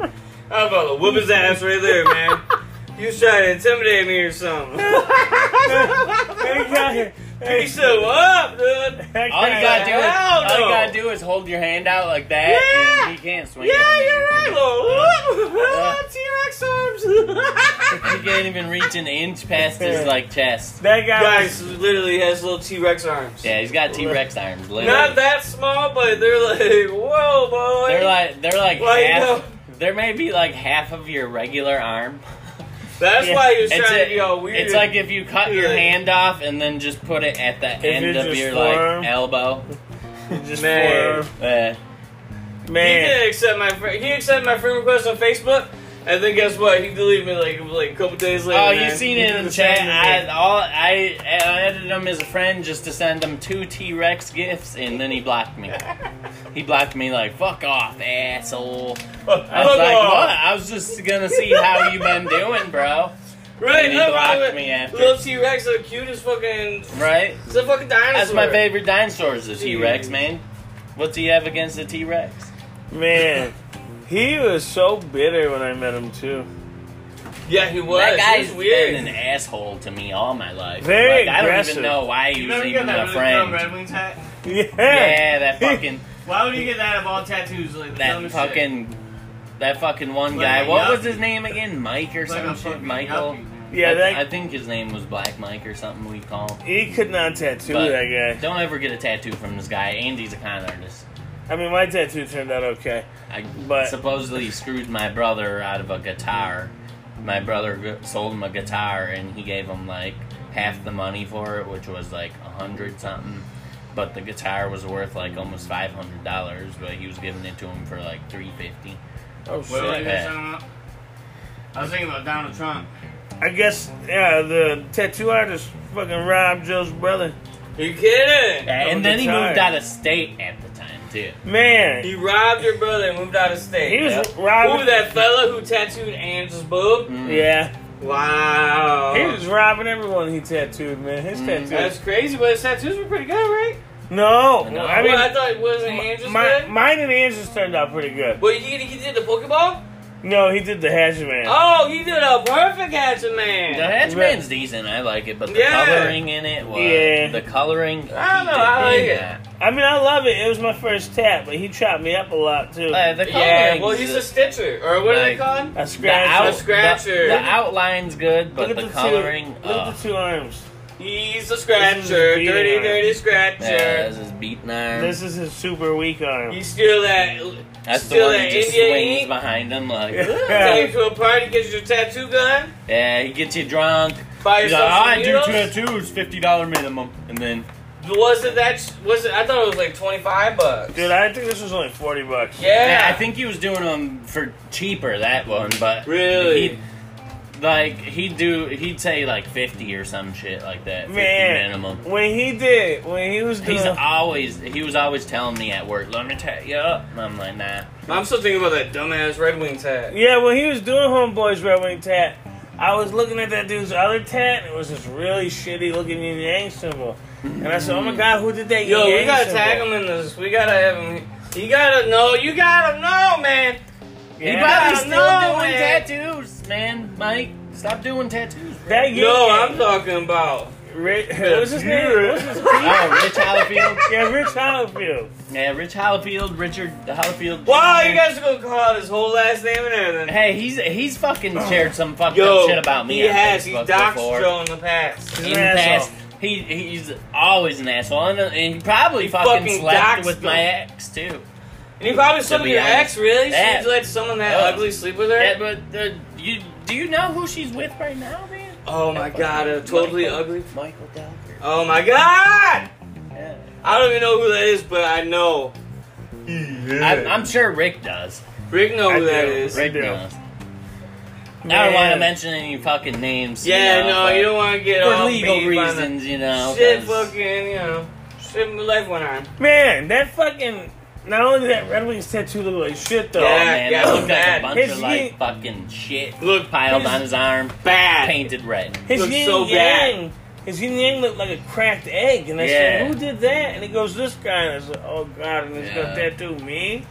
about to whoop his ass right there, man. [LAUGHS] You was trying to intimidate me or something. [LAUGHS]
Hey,
He said, "What up, dude?"
All you gotta do is
Hell
all you
no.
gotta do is hold your hand out like that,
Yeah.
and he can't swing.
Yeah,
it.
you're right, Lord. [LAUGHS] T Rex arms. [LAUGHS]
He can't even reach an inch past his like chest.
That guy.
Guys literally has little T Rex arms.
Yeah, he's got T Rex arms. Literally.
Not that small, but they're like, whoa, boy.
They're like they're like
Like,
half. There may be like half of your regular arm.
That's
Yeah.
why you're
It's
trying
a-
to be all weird.
It's like if you cut your
Yeah.
hand off and then just put it at the end
it's
of
just
your like
forearm.
[LAUGHS]
elbow.
was just
Man.
for-
Uh,
he
man.
did accept my friend. He accepted my friend request on Facebook, and then guess what? He deleted me like like a couple days later.
oh,
man.
you
[LAUGHS]
seen it in the
He did the
chat.
same
I
thing.
all I, I added him as a friend just to send him two T Rex gifts, and then he blocked me. he blocked me like "fuck off, asshole." I was
Look
like,
off.
"What?" I was just gonna see how you been doing, bro.
Right,
And he
look,
blocked
look,
me after.
Little T Rex are cute as fucking.
Right?
It's a fucking dinosaur.
That's my favorite dinosaur is the T Rex,
Jeez.
man. What's he have against the T Rex?
Man. He was so bitter when I met him too. [LAUGHS]
Yeah, he was.
That guy's
He's weird.
been an asshole to me all my life.
Very
like, I don't
aggressive.
even know why he
You
was
never get
even a
that really dumb Red
friend.
Wings hat?
Yeah.
Yeah, that fucking
Why would you get that of all tattoos? Like the
that
dumbest
fucking that fucking one
Like
guy.
a
What was
yuppie.
his name again? Mike or
shit. Like
some
a
shit.
fucking
Michael.
yuppie, man.
[LAUGHS] Yeah,
I,
that
I think his name was Black Mike or something. We call. Him.
he could not tattoo
But-
that
Don't ever get a tattoo from this guy. Andy's a con artist.
guy. I mean, my tattoo turned out okay.
I
But-
supposedly screwed my brother out of a guitar. My brother g- sold him a guitar, and he gave him like half the money for it, which was like a hundred something. But the guitar was worth like almost five hundred dollars, but he was giving it to him for like three fifty.
Oh
Wait,
shit.
wait,
Yeah.
wait, something up. I was thinking about Donald Trump.
I guess yeah, the tattoo artist fucking robbed Joe's brother.
you kidding?
And then he
guitar.
moved out of state at the time too.
Man,
He robbed your brother and moved out of state.
he was
Yep.
Ooh,
robbing.
that fella who tattooed Angela's boob.
Mm.
Yeah,
Wow.
Mm-hmm. he was robbing everyone he tattooed. Man, his
Mm.
tattoos.
That's crazy, but his tattoos were pretty good, right?
No.
No, I
well, I
mean,
thought it wasn't Angela's
my,
good.
mine and Andrew's turned out pretty good.
Well, he, he did the Pokeball?
No, he did the Hatchet Man.
Oh, he did a perfect Hatchet Man.
The Hatchman's decent, I like it, but the
Yeah.
coloring in it was
Yeah.
the coloring.
I don't know, I like it.
I mean, I love it. It was my first tat, but he chopped me up a lot too.
Uh, the coloring.
Yeah, well, he's a stitcher. Or what
Like-
do they call him?
I
The,
scratched.
out,
a scratcher.
the, the outline's good,
Look
but
at
the,
two-
coloring. uh,
Look
ugh.
at the two arms.
He's a
This is
scratcher.
a beating
Dirty,
iron.
dirty scratcher.
Yeah, this is beaten iron.
This is his super weak arm.
You steal that.
[LAUGHS]
[LAUGHS]
That's the
steal
one that
that
just
Indian
swings
ink.
behind him like.
Take you to a party, get your tattoo gun.
yeah, he gets you drunk.
Buy
He's
yourself
like,
some
I do
needles.
tattoos, fifty dollar minimum, and then
Was it that? Was it? I thought it was like twenty five bucks.
Dude, I think this was only forty bucks.
yeah,
I think he was doing them for cheaper that one, but
Really?
he'd- like he'd do, he'd say like fifty or some shit like that, 50
Man,
minimum.
when he did, when he was doing,
Uh.
He's always he was always telling me at work, let me tell you up. And I'm like, nah.
I'm still thinking about that dumbass Red Wing tag.
[LAUGHS] yeah, when he was doing Homeboys Red Wing tat, I was looking at that dude's other tat, and it was this really shitty looking yin yang symbol, and I said, "Oh my god, who did that?"
Yo,
yin
we gotta tag him in this. We gotta have him. You gotta know. You gotta know, man.
He
Yeah.
probably
I
still
know,
doing
man.
tattoos, man. Mike, stop doing tattoos. bro.
[LAUGHS]
That yin
No,
yang-
I'm talking about.
Ri- [LAUGHS] what was his name? What was his
oh, Rich Hollifield.
yeah, Rich Hollifield.
Yeah, Rich Hollifield, Richard Hollifield.
Wow, you guys are gonna call out his whole last name and everything.
Hey, he's he's fucking shared some fucked
Oh. Yo,
up shit about me.
He
on
has.
Facebook
He's doxed
before.
Joe in the past.
In
He's an
the
asshole.
past, he he's always an asshole, and, and he probably fucking,
fucking
slept
doxed
with
him.
my ex too.
And he probably
To
slept with
be
your
honest,
ex, really?
that-
Should you let someone that
Oh.
ugly sleep with her?
Yeah, but uh, you do you know who she's with right now, man?
oh my god, a totally
Michael-
ugly.
Michael Delker.
Oh my god!
Yeah.
I don't even know who that is, but I know.
I'm, I'm sure Rick does.
Rick know
I
who that
do.
is.
Rick
do.
knows. I don't want to
Man.
mention any fucking names. you
Yeah,
know,
no,
but
you don't want to get all
for legal
beef on the-
reasons, you know.
Shit,
'cause-
fucking, you know, shit, my life went on.
Man, that fucking. Not only did that Red Wings tattoo look like shit though.
Oh,
Yeah.
man, that looked like a
bad.
bunch
His
of like
knee-
fucking shit
Look,
piled
his-
on his arm,
Bad.
painted red.
His
Looks
yin
so bad.
yang, his yin yang looked like a cracked egg, and I
Yeah.
said, "Who did that?" And it goes, "This guy." And I said, "Oh God!" And it's
Yeah.
gonna tattoo me.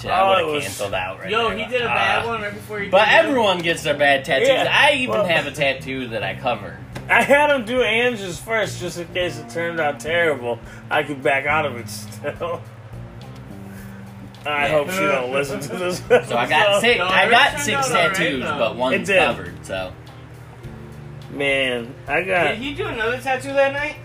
Shit, I
Oh,
would
it
have
was-
canceled out right
Yo,
there.
he did a bad
Ah.
one right before he.
But
did the-
everyone gets their bad tattoos.
Yeah.
I even
Well-
have a tattoo that I covered.
I had him do Ange's first just in case it turned out terrible. I could back out of it still. I
Yeah.
hope she don't listen to
[LAUGHS]
this.
So I got six.
no,
I
it
got
turned out
six
alright,
tattoos,
though.
but
It
one's
did.
covered. So
Man, I
Did
got
he do another tattoo that night?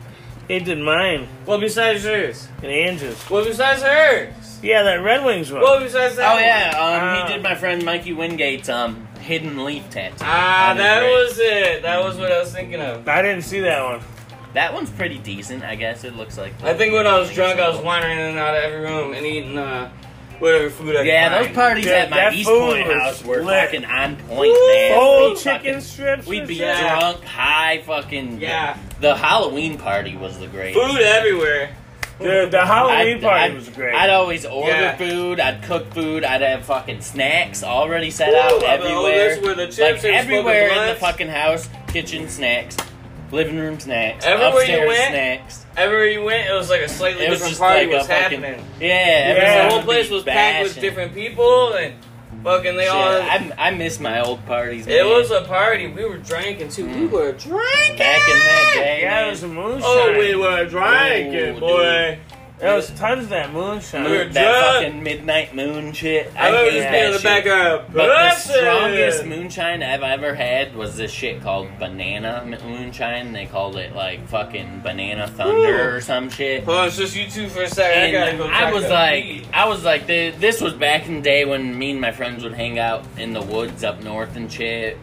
he did mine
Well, besides yours.
and Ange's.
Well, besides hers.
Yeah, that Red Wings one.
Well, besides that. uh,
oh yeah, um,
Ah.
he did my friend Mikey Wingate's um hidden leaf tattoo.
Ah,
On his
that
wrist.
was it. That was what I was thinking of.
I didn't see that one.
that one's pretty decent. I guess it looks like.
I think when I was drunk, I was wandering in and out of every room and eating uh, whatever food I could
Yeah,
find.
those parties
Dude,
at my
that
East
food
Point
was
house were
lit.
fucking on point, man.
Whole
We'd
chicken strips.
fucking- We'd
and
be
shit.
Yeah.
drunk, high, fucking.
Yeah.
The Halloween party was the greatest.
Food everywhere.
Dude, the Halloween
I'd-
party
I'd-
was great.
I'd always order
Yeah.
food. I'd cook food. I'd have fucking snacks already set
Ooh,
out
I mean, oh,
everywhere.
that's where the
Like
chips are
everywhere
smoking
in the
blunts.
fucking house, kitchen snacks, living room snacks,
Everywhere you
upstairs
went,
snacks.
Everywhere you went, it was like a slightly
It was
different
just
party
like a
was
fucking
happening.
yeah. everyone
Yeah.
The whole
would
place
be
was packed with
bashing.
different people and fucking they
Shit,
all.
I, I miss my old parties.
it
man.
was a party. We were drinking too. We
Mm.
were drinking.
back in that day.
yeah,
man.
it was a moonshine.
Oh, we were drinking,
Ooh,
boy.
There was tons of that moonshine.
We were
that
drunk.
fucking midnight moon shit.
I
I,
remember
hate
just
that
being in the
shit.
background.
But the
"Blessed."
strongest moonshine I've ever had was this shit called banana m- moonshine. They called it like fucking banana thunder
Ooh.
or some shit.
Hold on, it's just you two for a second. I gotta
And
go.
I,
crack
was
up.
like, I was like, th- this was back in the day when me and my friends would hang out in the woods up north and shit.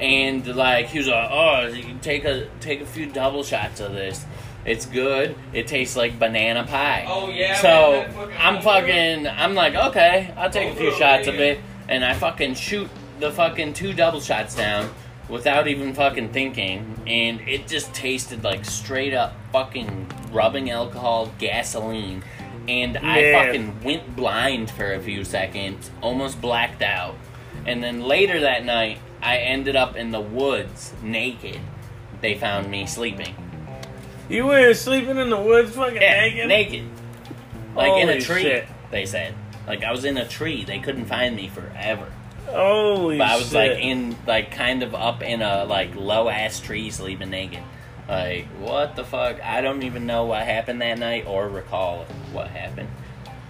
And like, he was like, oh, you can take a take a few double shots of this. It's good. It tastes like banana pie.
Oh, yeah,
So
man, that fucking-
I'm fucking. I'm like, okay, I'll take a few
Oh,
shots of
yeah.
it, and I fucking shoot the fucking two double shots down without even fucking thinking, and it just tasted like straight up fucking rubbing alcohol, gasoline, and I
Man.
fucking went blind for a few seconds, almost blacked out, and then later that night I ended up in the woods naked. They found me sleeping.
you were sleeping in the woods, fucking
Yeah,
naked.
naked. Like in
Holy
a tree,
shit.
they said. Like I was in a tree. They couldn't find me forever.
Holy
But I was
shit.
like in like kind of up in a like low ass tree sleeping naked. Like what the fuck? I don't even know what happened that night or recall what happened.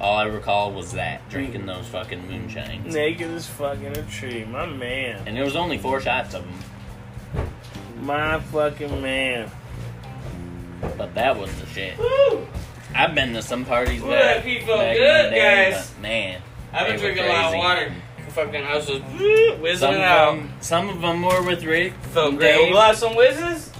All I recall was that drinking
Mm.
those fucking moonshines.
naked as fuck in a tree. My man.
And there was only four shots of them,
My fucking man.
but that was the shit.
Woo!
I've been to some parties
Ooh,
back,
that pee felt
back in
good,
the day,
guys.
but man,
I've been
they were
drinking a lot of
crazy.
water. Fucking, I was just whizzing
Some
it
of,
out.
them, some of them were with Rick.
Felt
and
great.
Dave.
We'll have some whizzes.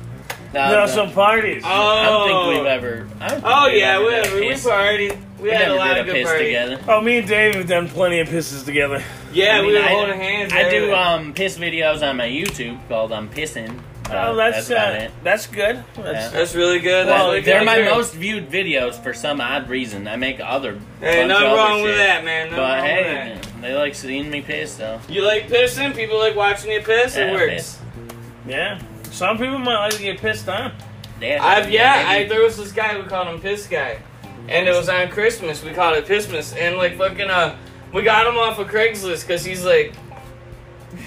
No,
no,
no.
some parties.
Oh,
I don't think we've ever. I don't think
Oh
we've
yeah,
ever done a
we we
piss.
partied. We, had a
never
lot
did
of good
piss
parties.
together.
Oh, me and Dave have done plenty of pisses together.
Yeah,
I mean,
we were
I-
holding hands. and
I do
everything.
um piss videos on my YouTube called "I'm Pissing." but
oh, that's
about
uh,
it.
that's good. That's,
That's really good. That's
Well,
really
they're
good
my
experience.
most viewed videos for some odd reason. I make other.
Hey,
bunch of
nothing
other
wrong with
shit.
that, man. Nothing
But
wrong
hey,
with that.
man, they like seeing me piss, so
You like pissing? People like watching you piss.
Yeah,
it works.
piss.
yeah. Some people might like to get pissed on.
yeah,
I've yeah, I,
maybe-
there was this guy we called him Piss Guy, and it was on Christmas. We called it Pissmas, and like fucking uh, we got him off of Craigslist because he's like,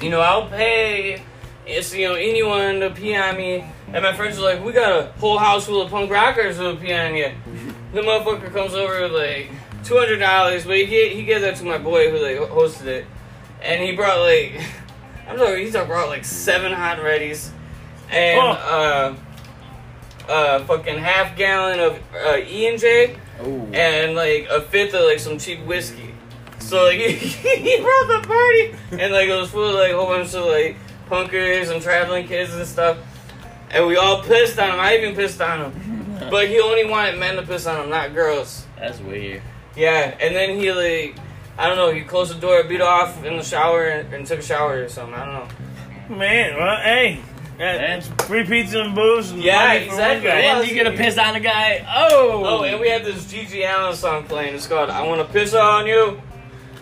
you know, I'll pay, if you know anyone to pee on me. And my friends were like, we got a whole house full of punk rockers who'll pee on you. The motherfucker comes over with like two hundred dollars, but he gave, he gave that to my boy who like hosted it, and he brought like, [LAUGHS] I'm sorry, he brought like seven hot readies, and
Oh.
uh uh, fucking half gallon of uh, E and J,
Ooh.
and like a fifth of like some cheap whiskey. So like [LAUGHS] he brought the party, and like it was full of like a whole bunch of like punkers and traveling kids and stuff. And we all pissed on him. I even pissed on him, but he only wanted men to piss on him, not girls.
That's weird.
Yeah, and then he like. I don't know. He closed the door, beat off in the shower, and, and took a shower or something. I don't know.
Man, well, hey, that's free pizza and booze. And
Yeah,
money for one
exactly.
guy.
Yeah.
And you gonna piss on a guy? Oh.
Oh, and we had this Gigi Allen song playing. It's called "I Want to Piss on You."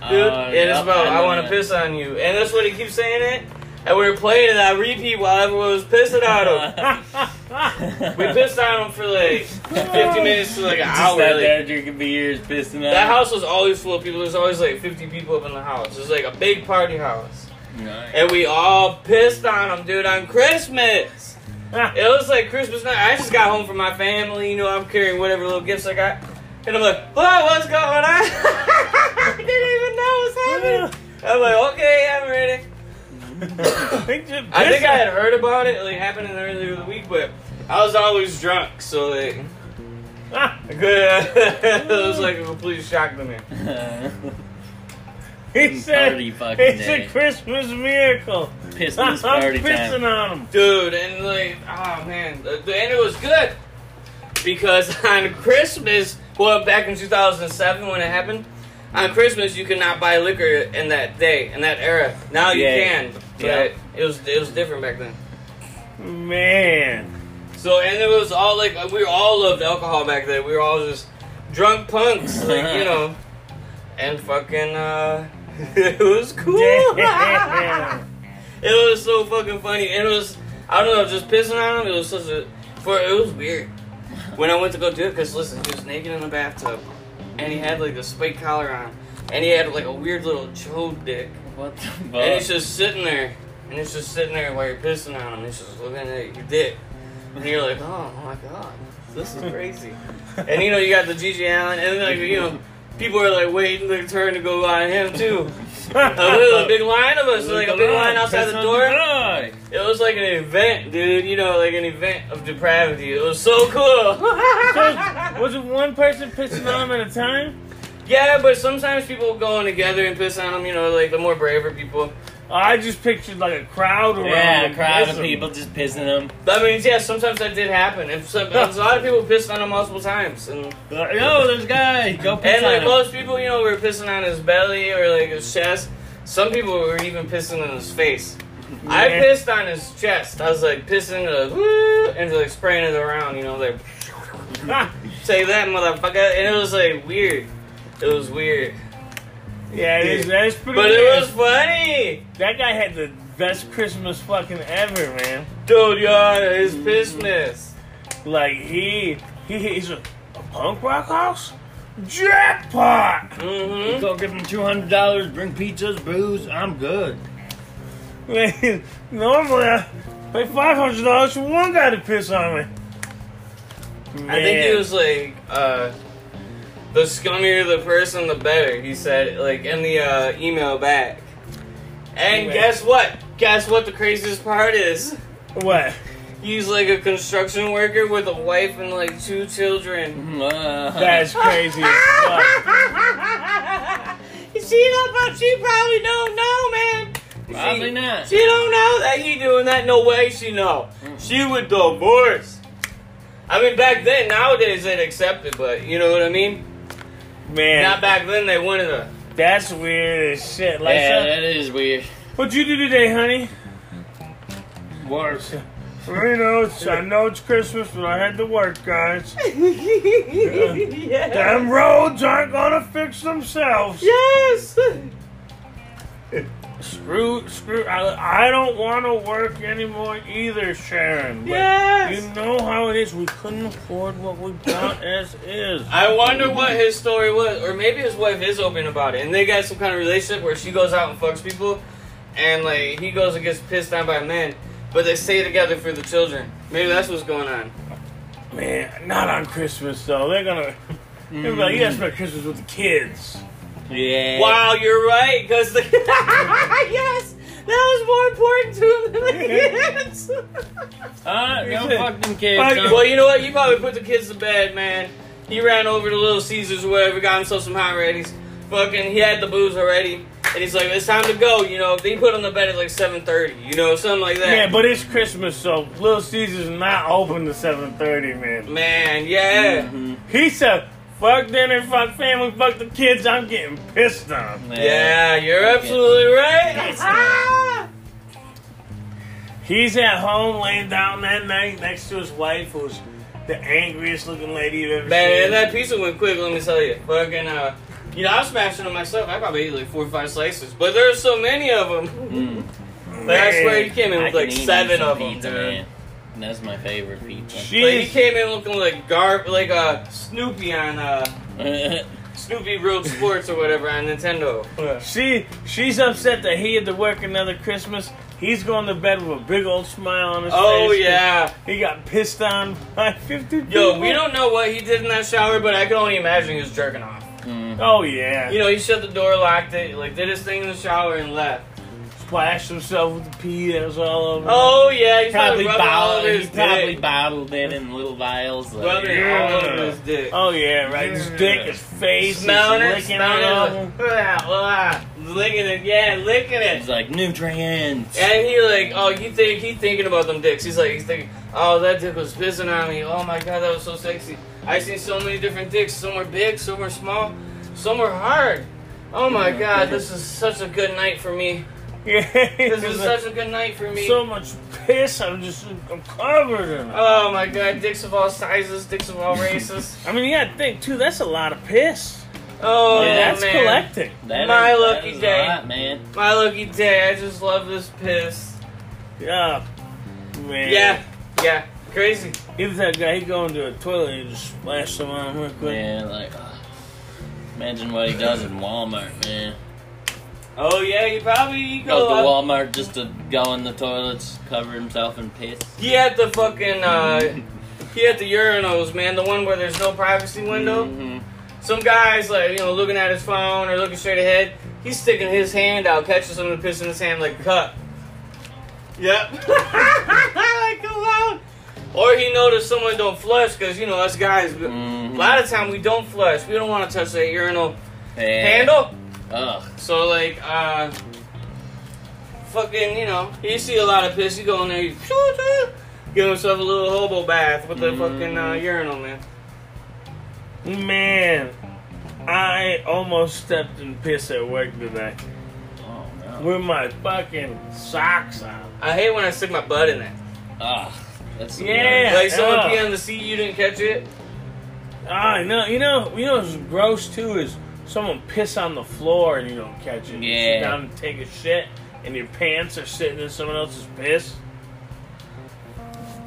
Uh,
dude. and it's
yup,
about I,
know
want to
that.
piss on you,
[LAUGHS]
and that's what he keeps saying it. And we were playing it on repeat while everyone was pissing on him.
[LAUGHS]
We pissed on him for like 50 minutes to like an
Just
hour.
sat
like,
there drinking beers, pissing out.
that house was always full of people. There's always like 50 people up in the house. It was like a big party house.
Nice.
And we all pissed on him, dude,
[LAUGHS]
on Christmas. It was like Christmas night. I just got home from my family. You know, I'm carrying whatever little gifts I got. And I'm like, what? What's going on? [LAUGHS] I didn't even
[LAUGHS]
know what's happening. I'm like, okay, I'm ready.
I think, just
I think
pissed
I had heard about it, like happening earlier in the week, but I was always drunk, so like, [LAUGHS]
Ah,
I could, it was like a complete shock to me.
[LAUGHS] he
[LAUGHS]
said
party fucking
[LAUGHS] it's
day.
a Christmas miracle.
Piss
[LAUGHS] I'm
this party
pissing
time.
on him.
Dude, and like, oh man, the- the- and it was good because [LAUGHS] on Christmas, well, back in 2007 when it happened, on Christmas you could not buy liquor in that day, in that era. Now you
Yeah.
can, but
Yeah.
it was it was different back then. [LAUGHS]
Man.
So and it was all like we all loved alcohol back then. We were all just drunk punks, like you know, and fucking. uh [LAUGHS] It was cool. [LAUGHS] it
Damn.
was so fucking funny. And it was I don't know, just pissing on him. It was such a for it was weird when I went to go do it because listen, he was naked in the bathtub, and he had like a spike collar on, and he had like a weird little chode dick,
What the fuck?
and it's just sitting there, and it's just sitting there while you're pissing on him. It's just looking at your dick. And you're like, oh my god, this is crazy. and you know, you got the GG Allen, and then, like, you know, people are like waiting their turn to go on him too.
[LAUGHS]
And there was a big line of us, like a big line outside the door.
door.
It was like an event, dude. You know, like an event of depravity. It was so cool. [LAUGHS]
So, was it one person pissing on him at a time?
yeah, but sometimes people go in together and piss on them. You know, like the more braver people.
Oh, I just pictured like a crowd around.
Yeah, a
him
crowd of
pissing. [LAUGHS]
people just pissing them.
That means, yeah, sometimes that did happen. And some, a lot of people pissed on him multiple times. And,
Like, Yo,
oh,
there's a guy. Go piss
and
on
like
him.
most people, you know, were pissing on his belly or like his chest. Some people were even pissing on his face. I
Yeah.
pissed on his chest. I was like pissing the woo, and like spraying it around, you know, like
Ah,
take that motherfucker. And it was like weird. It was weird.
[LAUGHS] yeah, it is. That's pretty.
But it
weird. [LAUGHS]
was funny.
that guy had the best Christmas fucking ever, man.
Dude, y'all, it's Christmas.
Like he, he he's a, a punk rock house jackpot. [LAUGHS]
Mm-hmm.
Go give him two hundred dollars. Bring pizzas, booze. I'm good.
Man, normally I pay five hundred dollars for one guy to piss on me. Man.
I think he was like, uh, the scummier the person, the better. He said, like in the uh, email back. And
Anyway.
guess what? Guess what? The craziest part is
what?
he's like a construction worker with a wife and like two children.
Mm, uh,
[LAUGHS]
That's crazy as fuck.
you see that? She probably don't know, man.
Probably
she,
not. Mm.
She don't know that he doing that. No way she know. She would divorce. I mean, back then, nowadays they'd accept it, but you know what I mean.
Man,
Not back then. They wanted to.
that's weird as shit. Like,
yeah,
so-
that is weird.
what'd you do today, honey?
Worse.
You know, it's, I know it's Christmas, but I had to work,
[LAUGHS]
guys.
yeah.
Them roads aren't gonna fix themselves.
Yes.
Screw, screw. I, I don't want to work anymore either, Sharon. but
Yes.
You know how it is. We couldn't afford what we got as is.
I wonder what his story was, or maybe his wife is open about it, and they got some kind of relationship where she goes out and fucks people, and like he goes and gets pissed on by men, but they stay together for the children. Maybe that's what's going on.
Man, not on Christmas though. They're gonna. They're like, you gotta spend Christmas with the kids.
Mm. Yeah.
Wow, you're right, because the [LAUGHS] yes, that was more important to him than the kids.
Uh, go fuck them kids.
Fuck
huh?
[LAUGHS] well, you know what? You probably put the kids to bed, man. He ran over to Little Caesars or whatever, got himself some hot readies. Fucking, he had the booze already, and he's like, "It's time to go." You know, they put him to bed at like seven thirty. You know, something like
Man,
that.
but it's Christmas, so Little Caesars not open to 7:30, man.
Man, yeah.
He said, "Fuck dinner, fuck family, fuck the kids." I'm getting pissed on.
Yeah, you're absolutely right. Ah!
He's at home laying down that night next to his wife, who's the angriest looking lady you've ever
Man,
seen.
and that pizza went quick. Let me tell you, fucking. Uh, you know, I was smashing them myself. I probably ate like four or five slices, but there are so many of them.
Mm.
Like, I swear, you came in
I
with
can
like
eat
seven
some
of them,
pizza,
dude.
man. That's my favorite [LAUGHS] pizza.
Like, he
She's
came in looking like Garp, like uh, Snoopy on uh,
That's
Snoopy Real Sports or whatever on Nintendo.
she she's upset that he had to work another Christmas. He's going to bed with a big old smile on his face.
Oh
'cause
yeah.
he got pissed on by [LAUGHS] fifty.
Yo,
people.
we don't know what he did in that shower, but I can only imagine he was jerking off.
Oh yeah,
You know, he shut the door, locked it, like did his thing in the shower and left.
Mm-hmm.
splashed himself with the pee that was all over.
Oh yeah, he's
probably
probably rubbing all over
bottled.
his
He probably
dick.
bottled it in little vials. like-
Rubbing
Yeah.
all over his dick.
Oh yeah, right. His dick, his face, he's
Smelling it,
licking
smelling
all
it. Blah, blah. Licking it, yeah, licking it.
He's like nutrients.
And he like, oh, you think he thinking about them dicks? He's like, he's thinking, oh, that dick was pissing on me. Oh my god, that was so sexy. I seen so many different dicks. Some were big, some were small, some were hard. Oh my god, this is such a good night for me.
Yeah,
This
[LAUGHS]
is such a good night for me.
so much piss. I'm just I'm covered in it.
Oh my god, dicks of all sizes, dicks of all races.
I mean, you gotta think too. That's a lot of piss.
Oh
Yeah,
that's
man,
collecting.
That
My
is- that
lucky
is a
day.
lot, man.
my lucky day. I just love this piss.
Yeah, man.
Yeah, yeah, crazy.
If that guy he go into a toilet and just splash some on him real quick.
Yeah, like uh, imagine what he does in Walmart, man.
Oh yeah, you probably you
Goes
go
to
up-
Walmart just to go in the toilets, cover himself in piss.
He had the fucking uh he had the urinals, man, the one where there's no privacy window.
Mhm.
Some guys like, you know, looking at his phone or looking straight ahead, he's sticking his hand out, catching some of the piss in his hand like a cup. Yep. [LAUGHS] like a loud. Or he noticed someone don't flush because you know us guys we- a
Mhm.
lot of time we don't flush. We don't want to touch that urinal
Yeah.
handle.
Ugh.
So like uh fucking, you know, you see a lot of piss, you go in there, you give himself a little hobo bath with the fucking uh,
Mm.
urinal, man.
Man, I almost stepped in piss at work today
Oh no.
with my fucking socks on.
I hate when I stick my butt in it.
Ugh. That's the
Yeah.
worst.
Like someone
yeah.
pee on the seat, you didn't catch it.
I know. Ah, You know. You know. What's gross too is someone piss on the floor and you don't catch it. You sit
Yeah.
down and take a shit, and your pants are sitting in someone else's piss.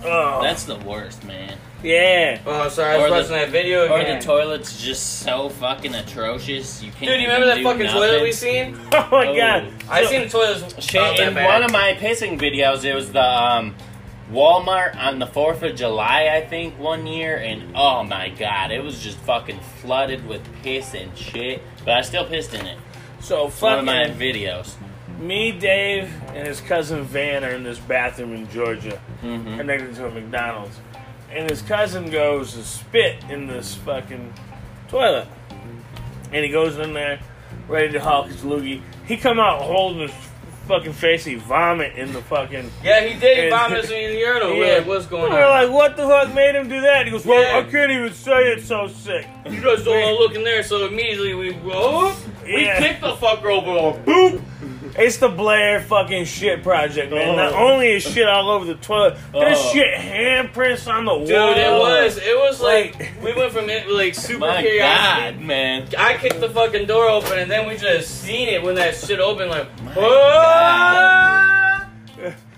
Oh,
That's the worst, man.
yeah. [LAUGHS]
Oh, sorry, I was
Or the-
watching that video
Or
again.
the toilet's just so fucking atrocious. You can't.
Dude, you remember that
even do
fucking toilet
nothing.
we seen?
Oh my
Oh.
god.
I
So-
seen the toilets.
Shit, in one of my pissing videos, it was the um, Walmart on the 4th of July, I think, one year, and oh my god, it was just fucking flooded with piss and shit, but I still pissed in it.
So
It's one of
fucking
my videos.
me, Dave, and his cousin Van are in this bathroom in Georgia,
hmm
connected to a McDonald's, and his cousin goes to spit in this fucking toilet, and he goes in there, ready to hawk his loogie. He come out holding his fucking face. He vomit in the fucking.
Yeah, he did. He
And-
vomited in the urinal.
Yeah.
We're like, Oh, what's going
We're
on?
like, what the fuck made him do that? He goes, well,
Yeah.
I can't even say it's so sick.
You guys don't want to look in there, so immediately we whoa, we
Yeah.
kicked the fucker over. Boop.
It's the Blair fucking shit project, man. Not
Oh.
only is shit all over the toilet, there's
Oh.
shit handprints on the wall.
Dude, it was it was like
Like-
we went from it like super
My
curiosity.
god, man.
I kicked the fucking door open and then we just seen it when that shit opened like
My
"Whoa!"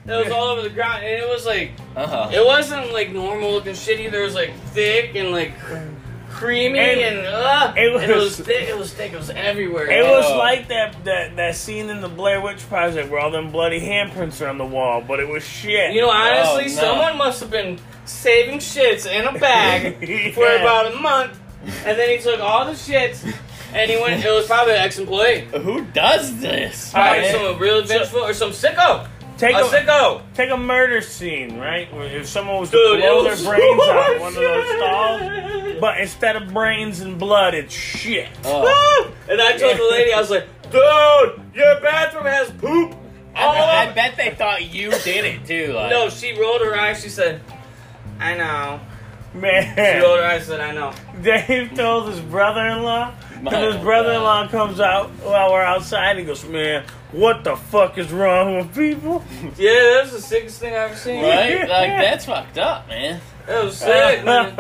It was all over the ground and it was like
Uh-huh.
it wasn't like normal looking shit either. It was like thick and like cr- creamy
And-
and, uh,
it
and it
was-
was thick. It was thick. It was everywhere.
It was
Oh.
like that, that that scene in the Blair Witch Project where all them bloody handprints are on the wall, but it was shit.
You
[LAUGHS]
know, honestly,
Oh, no.
someone must have been saving shits in a
[LAUGHS]
bag for
Yeah.
about a month, and then he took all the shits and he went. It was probably an ex-employee,
Who does this?
Alright,
probably
man?
some real vengeful or some sicko, a
take a,
sicko.
take a murder scene, right? Where if someone was
Dude,
to
it
blow
was [LAUGHS]
their brains out
so
in one of those
shit.
stalls, but instead of brains and blood, it's shit.
Oh.
and I told the lady, I was like, "Dude, your bathroom has poop
I,
all
I
over."
bet they thought you did it too. Like,
No, she rolled her eyes. She said, "I know." She
[LAUGHS] Man,
rolled her eyes. and Said, "I know."
Dave told his brother-in-law,
My
and his brother-in-law comes out while we're outside. He goes, "Man, what the fuck is wrong with people?"
Yeah, that's the sickest thing I've ever seen.
Right? Like, that's fucked up, man.
[LAUGHS]
That was sick. man.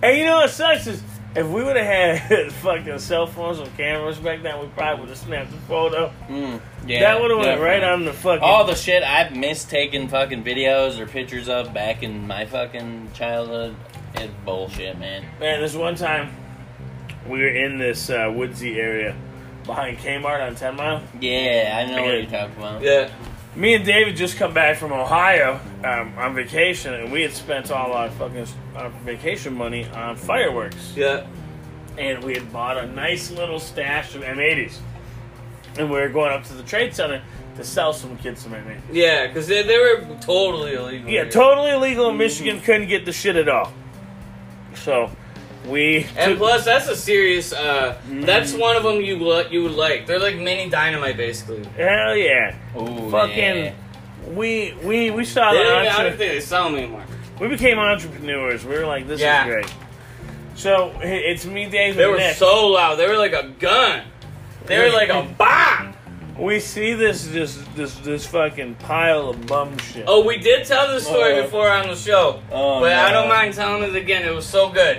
and you know what sucks is If we would have had [LAUGHS] fucking cell phones and cameras back then, we probably would have snapped the photo.
Mm, yeah,
that would have went
definitely.
right on the fucking.
All the shit I've missed taking fucking videos or pictures of back in my fucking childhood is bullshit, man.
Man, this one time we were in this uh, woodsy area behind Kmart on 10 Mile.
Yeah, I know what you're talking about.
Yeah.
Me and David just come back from Ohio um, on vacation, and we had spent all our fucking our vacation money on fireworks.
Yeah.
And we had bought a nice little stash of M80s. And we were going up to the trade center to sell some kids some M80s.
Yeah, because they, they were totally illegal.
Yeah, totally illegal in Michigan. Couldn't get the shit at all. So we
And
took-
plus, that's a serious. Uh, That's one of them you li- you would like. They're like mini dynamite, basically.
hell yeah,
Ooh,
fucking
yeah.
we we we saw
They
the
don't even- I
entre-
don't think they sell them anymore.
we became entrepreneurs. We were like, this
Yeah.
is great. So i- it's me, Dave,
They
and
were
Nick.
so loud. They were like a gun. They were like a bomb.
we see this this this this fucking pile of bum shit.
Oh, we did tell this story
Uh-oh.
before on the show,
Oh,
but I
no.
don't mind telling it again. It was so good.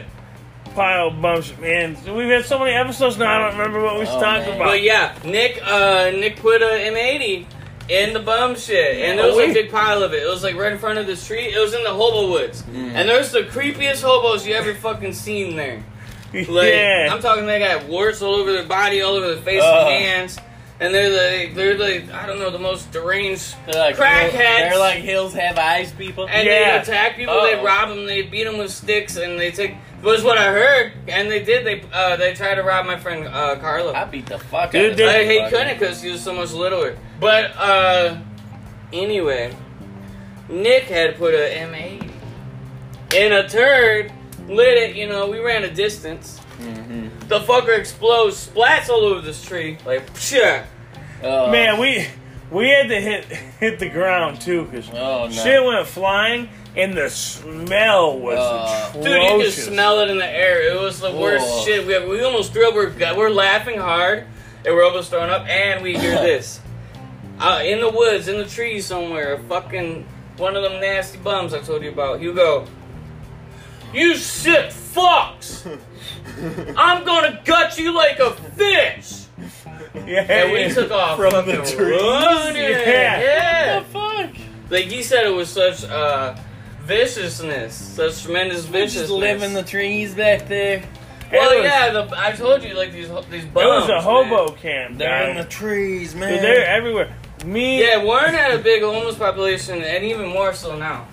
pile of bum shit, man. We've had so many episodes now. I don't remember what we
Oh,
talked
man.
about.
But yeah, Nick uh, Nick put a M80 in the bum shit, and there was
Oh,
like, a
wait.
big pile of it. It was like right in front of the street. It was in the hobo woods, and there's the creepiest hobos you ever fucking seen there. Like,
yeah,
I'm talking they got warts all over their body, all over their face
Ugh.
and hands. And they're like, they're like, I don't know, the most deranged.
They're like,
Crackheads.
They're like hills have eyes, people.
And
Yeah.
they attack people,
Uh-oh.
they rob them, they beat them with sticks, and they take. Was what I heard, and they did. They uh, they tried to rob my friend uh, Carlo.
I beat the fuck
Dude,
out of
they-
that
Like, he
fucker.
couldn't because he was so much littler. But uh, anyway, Nick had put a M80 in a turd, lit it. You know, we ran a distance.
Mhm.
The fucker explodes, splats all over this tree. Like, psha.
Oh.
man, we we had to hit hit the ground too because
Oh, no.
shit went flying and the smell was
Uh,
atrocious.
Dude, you could smell it in the air. It was the worst
Whoa.
shit. We, we almost threw up. We're, we're laughing hard, and we're almost throwing up, and we hear this. Uh, in the woods, in the trees somewhere, a fucking one of them nasty bums I told you about, Hugo. You sick fucks! I'm gonna gut you like a fish!
Yeah,
And we took off from the
trees. Yeah.
yeah.
fuck?
Like he said, it was such uh, viciousness, such tremendous
We
viciousness.
just live in the trees back there.
Well,
It was-
yeah, the, I told you like these these
It
bums.
was a hobo
man.
camp.
They're in the
man.
trees, man.
Dude, they're everywhere. Me,
Yeah, Warren had a big homeless population, and even more so now.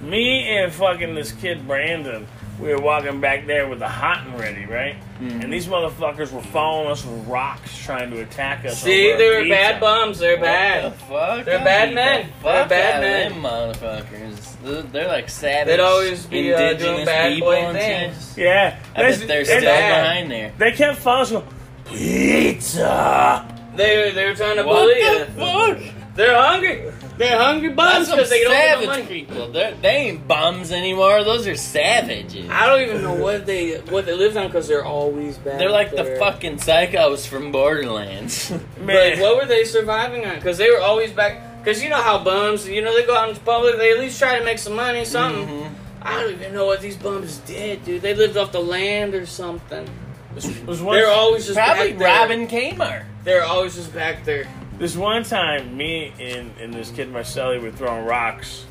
me, and fucking this kid Brandon. We were walking back there with the hot and ready, right?
Mm-hmm.
And these motherfuckers were following us with rocks, trying to attack us.
See,
over
they
a
were
pizza.
bad bums. They're
What
bad.
the fuck?
They're
I
bad
beat
men.
the
They're
fuck
bad
out
men.
of Them motherfuckers. They're, they're like savage.
They'd always be, uh, doing
indigenous
bad
people
boy
and shit.
things.
Yeah,
I bet they're still
bad.
behind there.
They kept following us. Going, pizza.
They they were trying to bully
What the
you.
fuck?
They're hungry. They're hungry
That's
bums
some
because they don't have the
savage
money.
people. They're, they ain't bums anymore. Those are savages.
I don't even know what they what they lived on because they're always bad.
They're like the
They're-
fucking psychos from Borderlands. [LAUGHS]
Man,
Like, what were they surviving on? Because they were always back. Because you know how bums, you know, they go out into public, they at least try to make some money, something.
Mm-hmm.
I don't even know what these bums did, dude. They lived off the land or something.
It was one
They're always just
Probably
back there.
Robin Kmart.
They're always just back [LAUGHS] there.
This one time, me and, and this kid Marcelli were throwing rocks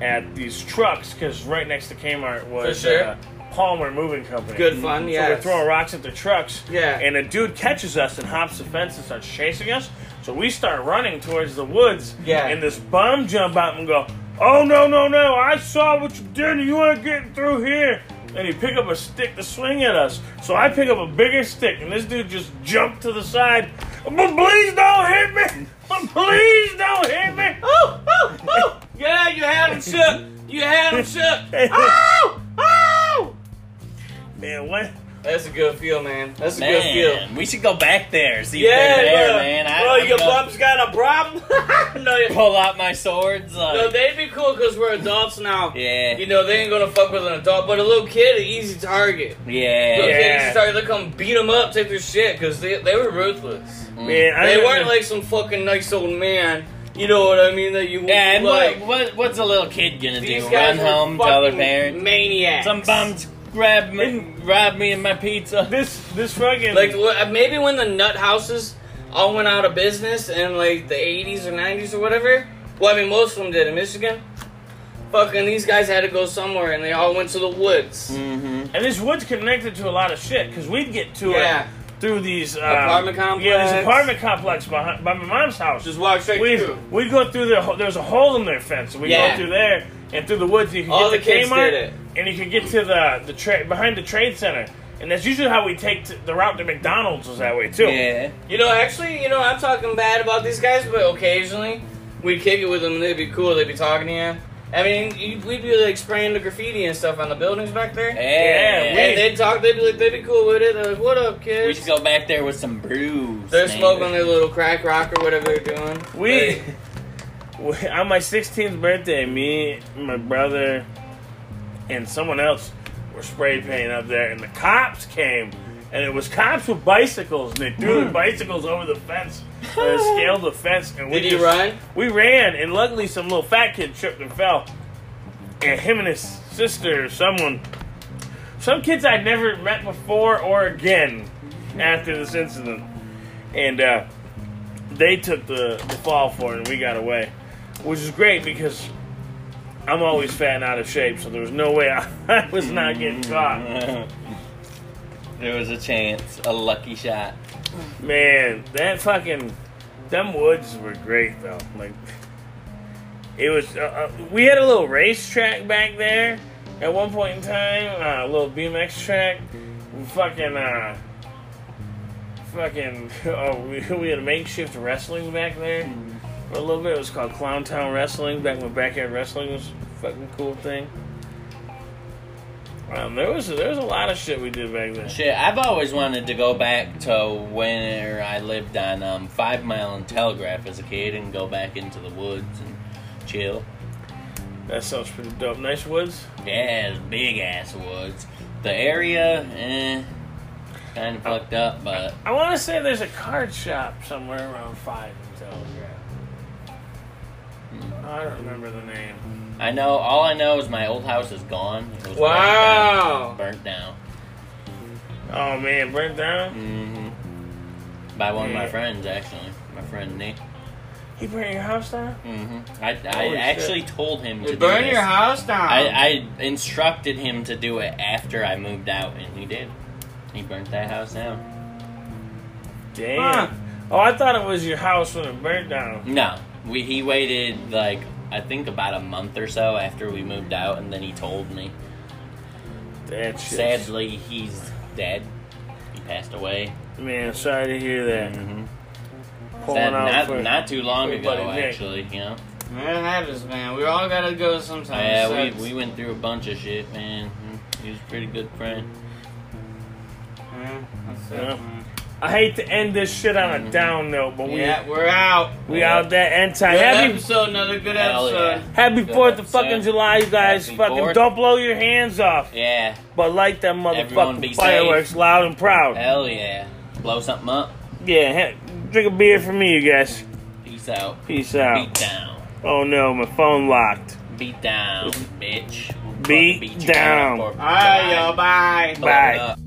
at these trucks because right next to Kmart was
For sure.
uh, Palmer Moving Company.
Good fun,
So
yeah.
we're throwing rocks at the trucks.
Yeah.
And a dude catches us and hops the fence and starts chasing us. So we start running towards the woods.
Yeah.
And this bum jump out and go, "Oh no no no! I saw what you did. and You ain't getting through here." And he pick up a stick to swing at us. So I pick up a bigger stick, and this dude just jumped to the side. But please don't hit me! But please don't hit me!
[LAUGHS] Oh, oh, oh! yeah, you had them shook. You had them shook. Oh, oh!
Man, what?
[LAUGHS] That's a good feel, man. That's a good feel.
Man, we should go back there. See
Yeah,
if they're there,
bro.
man. I,
bro,
I'm
your
gonna
bum's got a problem. [LAUGHS] no, you-
pull out my swords. Like,
no, they'd be cool because we're adults now.
yeah,
You know, they ain't gonna fuck with an adult, but a little kid, an easy target. Little
yeah.
kid,
Yeah.
easy target. They come beat them up, take their shit, because they, they were ruthless.
Mm-hmm.
Man, I
They
don't
weren't
know.
like some fucking nice old man. You know what I mean? That you
Yeah, and
like.
what, what what's a little kid gonna
These
do?
guys
Run
were
home, tell their
fucking
parents?
maniacs.
Some bums grab me, rob me and my
[LAUGHS]
pizza.
This this fucking
Like wh- maybe when the nut houses all went out of business in like the 80s or 90s or whatever. Well, I mean, most of them did in Michigan. Fucking these guys had to go somewhere, and they all went to the woods.
Mm-hmm.
and this wood's connected to a lot of shit because we'd get to
Yeah,
it through these um,
Apartment
Yeah, this
complex.
apartment complex behind by my mom's house.
just walk straight
we
through.
we'd go through the ho- there's a hole in their fence, and we would
Yeah.
go through there and through the woods. And you could
All
get
the
to
kids
Kmart,
did it.
and you could get to the the tra- behind the trade center, and that's usually how we take to, the route to McDonald's was that way too.
Yeah.
You know, actually, you know, I'm talking bad about these guys, but occasionally we'd kick it with them, and they'd be cool. They'd be talking to you. I mean, you- we'd be like spraying the graffiti and stuff on the buildings back there.
Yeah.
we-
And they'd talk. They'd be like, they'd be cool with it. They're like, "What up,
we,
kids?"
should go back there with some brews.
They're
man.
smoking their little crack rock or whatever they're doing.
We,
[LAUGHS]
Like,
we- [LAUGHS] on my 16th birthday, me, my brother, and someone else were spray painting up there, and the cops came, and it was cops with bicycles, and they threw their bicycles over the fence, uh, scaled the fence, and we
did you
just-
run?
We ran, and luckily, some little fat kid tripped and fell, and him and his sister, or someone, some kids I'd never met before or again after this incident, and uh, they took the, the fall for it, and we got away, which is great because I'm always fat and out of shape, so there was no way [LAUGHS] I, I was not getting caught.
[LAUGHS] there was a chance, a lucky shot.
Man, that fucking them woods were great though. Like it was. Uh, uh, we had a little racetrack back there at one point in time. Uh, a little BMX track. We fucking. Uh, Fucking, [LAUGHS] oh, we, we had a makeshift wrestling back there for a little bit. It was called Clown Town Wrestling. Back when backyard wrestling was a fucking cool thing. Um, there was there was a lot of shit we did back then.
Shit, I've always wanted to go back to where I lived on um, Five Mile and Telegraph as a kid and go back into the woods and chill.
That sounds pretty dope. Nice woods.
Yeah, it's big ass woods. The area, eh, kind of
Oh.
fucked up, but
I want to say there's a card shop somewhere around five in Telegraph. I don't remember the name.
I know all I know is my old house is gone. It was
Wow.
burnt down,
Oh man, burnt down.
hmm
Mm-hmm.
by one of my
Yeah.
friends actually, my friend Nick.
He burnt your house down.
hmm I, I
Holy
actually told him to
Mm-hmm. You
do
burn
this.
your house down.
I, I instructed him to do it after I moved out, and he did. He burnt that house down.
Damn. Oh, I thought it was your house when it burnt down.
No, we he waited like I think about a month or so after we moved out, and then he told me.
That shit.
Sadly, he's dead. He passed away.
Man, sorry to hear that.
Mm-hmm.
Pulling out
not,
for
not too long
for your
ago,
buddy Nick.
actually. You know,
Man, it happens, man. We all gotta go
Oh,
sometimes.
yeah,
Sucks.
we, we went through a bunch of shit, man. Mm-hmm. He was a pretty good friend.
Yeah, that's it,
Yeah.
man.
I hate to end this shit on
Mm-hmm.
a down note, but we
Yeah, we're out.
we out there end time.
Good
Happy
episode, another good
Hell
episode.
happy
Good
Fourth of
episode.
fucking July, you guys.
Happy
fucking
Fourth.
don't blow your hands off,
Yeah,
but light that
Everyone be
motherfucking
safe.
fireworks loud and proud.
hell yeah. Blow something up.
Yeah, he- drink a beer for me, you guys.
Peace out.
Peace
Beat
out.
down.
Oh no, my phone locked.
Beat down, bitch.
Beat
Fucking you
down.
up for-
All right, y'all. Bye.
Blow it
Bye.
up.